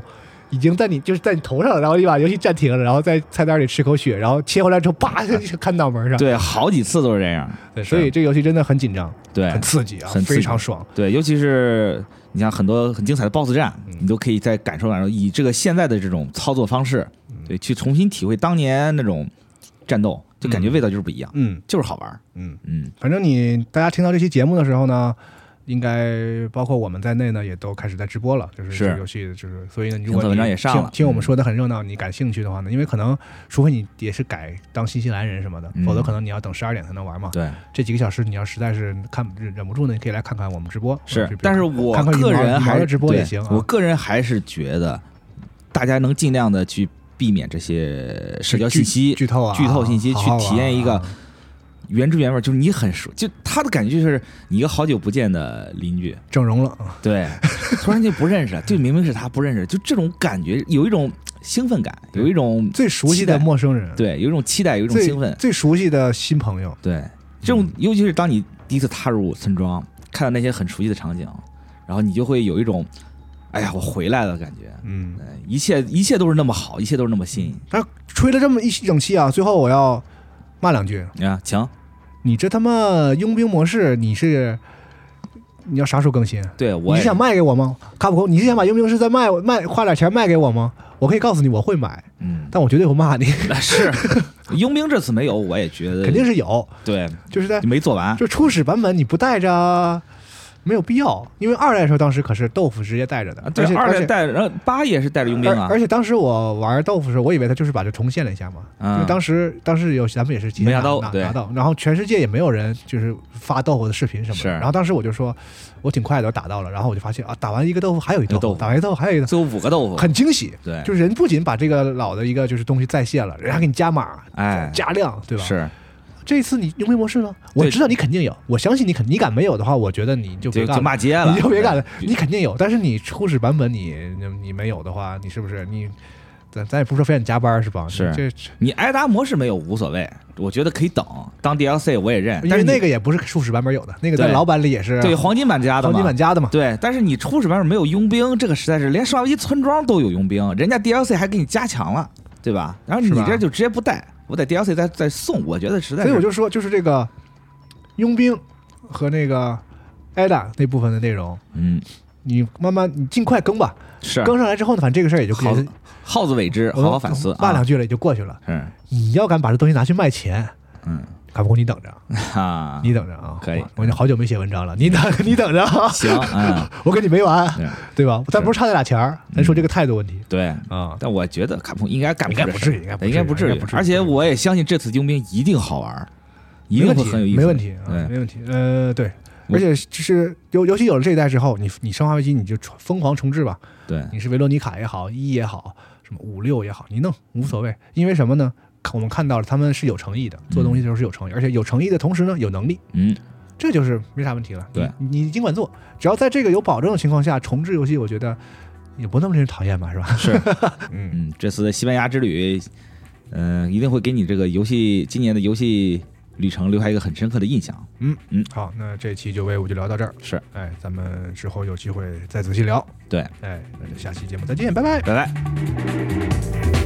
Speaker 1: 已经在你就是在你头上了，然后你把游戏暂停了，然后在菜单里吃口血，然后切回来之后，叭就看脑门上。
Speaker 2: 对，好几次都是这样，
Speaker 1: 对，所以这个游戏真的很紧张，
Speaker 2: 对
Speaker 1: 很，刺激啊，
Speaker 2: 很刺激
Speaker 1: 非常爽。
Speaker 2: 对，尤其是你像很多很精彩的 BOSS 战，
Speaker 1: 嗯
Speaker 2: 你都可以再感受感受，以这个现在的这种操作方式，
Speaker 1: 嗯
Speaker 2: 对，去重新体会当年那种战斗，就感觉味道就是不一样，
Speaker 1: 嗯
Speaker 2: 就是好玩儿。
Speaker 1: 嗯，
Speaker 2: 嗯，
Speaker 1: 反正你大家听到这期节目的时候呢，应该包括我们在内呢，也都开始在直播了，就是
Speaker 2: 是
Speaker 1: 这个游戏，就是所以呢，如果
Speaker 2: 评测文章也上了
Speaker 1: 你
Speaker 2: 嗯
Speaker 1: 听听我们说的很热闹，你感兴趣的话呢，因为可能除非你也是改当新西兰人什么的，
Speaker 2: 嗯
Speaker 1: 否则可能你要等十二点才能玩嘛。
Speaker 2: 对，
Speaker 1: 这几个小时你要实在是看忍忍不住呢，你可以来看看我们直播。
Speaker 2: 是
Speaker 1: 就比如，
Speaker 2: 但是我
Speaker 1: 看看羽毛
Speaker 2: 个人
Speaker 1: 羽毛
Speaker 2: 还
Speaker 1: 的
Speaker 2: 是
Speaker 1: 直播也
Speaker 2: 对
Speaker 1: 行啊
Speaker 2: 我个人还是觉得大家能尽量的去避免这些社交信息。
Speaker 1: 剧透啊，
Speaker 2: 剧透信息
Speaker 1: 好好玩啊
Speaker 2: 去体验一个原汁原味，就是你很熟，就他的感觉就是你一个好久不见的邻居，
Speaker 1: 整容了。啊
Speaker 2: 对，突然就不认识了，就明明是他不认识，就这种感觉，有一种兴奋感，有一种
Speaker 1: 最熟悉
Speaker 2: 期待
Speaker 1: 的陌生人，
Speaker 2: 对，有一种期待，有一种
Speaker 1: 最嗯
Speaker 2: 兴奋，
Speaker 1: 最熟悉的新朋友，
Speaker 2: 对，这种尤其是当你第一次踏入村庄，看到那些很熟悉的场景，然后你就会有一种，哎呀，我回来了的感觉，
Speaker 1: 嗯
Speaker 2: 对，一切一切都是那么好，一切都是那么新
Speaker 1: 但吹了这么一整期啊，最后我要骂两句：
Speaker 2: 颖啊，强，
Speaker 1: 你这他妈佣兵模式，你是你要啥时候更新？
Speaker 2: 对我
Speaker 1: 你
Speaker 2: 也
Speaker 1: 是想卖给我吗？卡普空，你是想把佣兵是在卖卖花点钱卖给我吗？我可以告诉你我会买，
Speaker 2: 嗯，
Speaker 1: 但我绝对不骂你，
Speaker 2: (laughs) 是佣兵这次没有，我也觉得
Speaker 1: 肯定是有，
Speaker 2: 对，
Speaker 1: 就是在
Speaker 2: 没做完，
Speaker 1: 就初始版本你不带着。没有必要，因为二代的时候当时可是豆腐直接带着的，而
Speaker 2: 啊对
Speaker 1: 且
Speaker 2: 二
Speaker 1: 而
Speaker 2: 代
Speaker 1: 且
Speaker 2: 带着，然后八也是带着佣兵啊
Speaker 1: 而，而且当时我玩豆腐的时候，我以为他就是把这重现了一下嘛，
Speaker 2: 嗯
Speaker 1: 因为当时当时有咱们也是提前
Speaker 2: 没拿
Speaker 1: 拿
Speaker 2: 到
Speaker 1: 拿
Speaker 2: 对
Speaker 1: 拿到，然后全世界也没有人就是发豆腐的视频什么
Speaker 2: 是
Speaker 1: 的，然后当时我就说，我挺快的，我打到了，然后我就发现啊，打完一个豆腐还有一豆
Speaker 2: 有豆
Speaker 1: 腐，
Speaker 2: 腐
Speaker 1: 打完一豆腐还有一豆
Speaker 2: 最后五个豆
Speaker 1: 腐，
Speaker 2: 腐，
Speaker 1: 很惊喜，
Speaker 2: 对，
Speaker 1: 就是人不仅把这个老的一个就是东西再现了，人还给你加码。
Speaker 2: 哎，
Speaker 1: 加量对吧？
Speaker 2: 是
Speaker 1: 这次你佣兵模式呢？我
Speaker 2: 对
Speaker 1: 知道你肯定有，我相信你肯你敢没有的话，我觉得你就别
Speaker 2: 就
Speaker 1: 干
Speaker 2: 就
Speaker 1: 了。
Speaker 2: 骂街
Speaker 1: (laughs)
Speaker 2: 了，
Speaker 1: 你就别干了，
Speaker 2: 对
Speaker 1: 你肯定有，但是你初始版本你你你没有的话，你是不是你？咱咱也不说非得你加班是吧？
Speaker 2: 是
Speaker 1: 这，
Speaker 2: 你挨打模式没有无所谓，我觉得可以等当 DLC 我也认，
Speaker 1: 因为
Speaker 2: 但是
Speaker 1: 那
Speaker 2: 个
Speaker 1: 个也不是初始版本有的，那个在
Speaker 2: 对
Speaker 1: 老版里也是啊
Speaker 2: 对黄金版加的
Speaker 1: 黄
Speaker 2: 嘛
Speaker 1: 金版加的嘛。
Speaker 2: 对，但是你初始版本没有佣兵，这个实在是连生化危机村庄都有佣兵，人家 DLC 还给你加强了，对吧？然后你
Speaker 1: 是吧
Speaker 2: 这就直接不带，我在 DLC 再再送，我觉得实在
Speaker 1: 所
Speaker 2: 是，
Speaker 1: 以我就说，就是这个佣兵和那个艾达那部分的内容，
Speaker 2: 嗯
Speaker 1: 你慢慢你尽快更吧。
Speaker 2: 是
Speaker 1: 更上来之后呢，反正这个事儿也就
Speaker 2: 好
Speaker 1: 也是
Speaker 2: 耗子为之，
Speaker 1: 我
Speaker 2: 好好反思
Speaker 1: 骂
Speaker 2: 啊
Speaker 1: 两，句了也就过去了。
Speaker 2: 是
Speaker 1: 你要敢把这东西拿去卖钱，
Speaker 2: 嗯
Speaker 1: 卡布空你等着，
Speaker 2: 哈，
Speaker 1: 你等着啊！
Speaker 2: 可以
Speaker 1: 我我已经好久没写文章了，你等你等着啊！(laughs)
Speaker 2: (laughs) 行嗯
Speaker 1: 我跟你没完。
Speaker 2: 对
Speaker 1: 对吧？咱不是差那俩钱儿，咱说这个态度问题 (laughs)
Speaker 2: 对。
Speaker 1: 啊。
Speaker 2: 但我觉得卡普空应该干
Speaker 1: 应
Speaker 2: 不
Speaker 1: 该
Speaker 2: 出
Speaker 1: 不
Speaker 2: 这事儿
Speaker 1: 至于，应该不
Speaker 2: 应该不至
Speaker 1: 于，
Speaker 2: 于，而且我也相信这次佣兵一定好玩儿，一
Speaker 1: 没
Speaker 2: 定会
Speaker 1: 问题
Speaker 2: 很有意思，
Speaker 1: 没问题啊，
Speaker 2: 对
Speaker 1: 没问题。呃，对，
Speaker 2: 我
Speaker 1: 而且就是尤尤其有了这一代之后，你你生化危机你就重疯狂重置吧，
Speaker 2: 对，
Speaker 1: 你是维罗妮卡也好，一也好，什么五六也好，你弄无所
Speaker 2: 嗯
Speaker 1: 谓，因为什么呢？看我们看到了他们是有诚意的，做东西的时候是有诚意，而且有诚意的同时呢有能力，
Speaker 2: 嗯，
Speaker 1: 这就是没啥问题了。
Speaker 2: 对
Speaker 1: 你，你尽管做，只要在这个有保证的情况下重置游戏，我觉得也不那么令人讨厌吧，是吧？
Speaker 2: 是，
Speaker 1: 嗯，
Speaker 2: 呃嗯，这次的西班牙之旅，嗯、一定会给你这个游戏今年的游戏旅程留下一个很深刻的印象。
Speaker 1: 好，那这期就为我就聊到这儿。
Speaker 2: 是，
Speaker 1: 哎，咱们之后有机会再仔细聊。
Speaker 2: 对，
Speaker 1: 哎，那就下期节目再见，拜拜。
Speaker 2: 拜拜。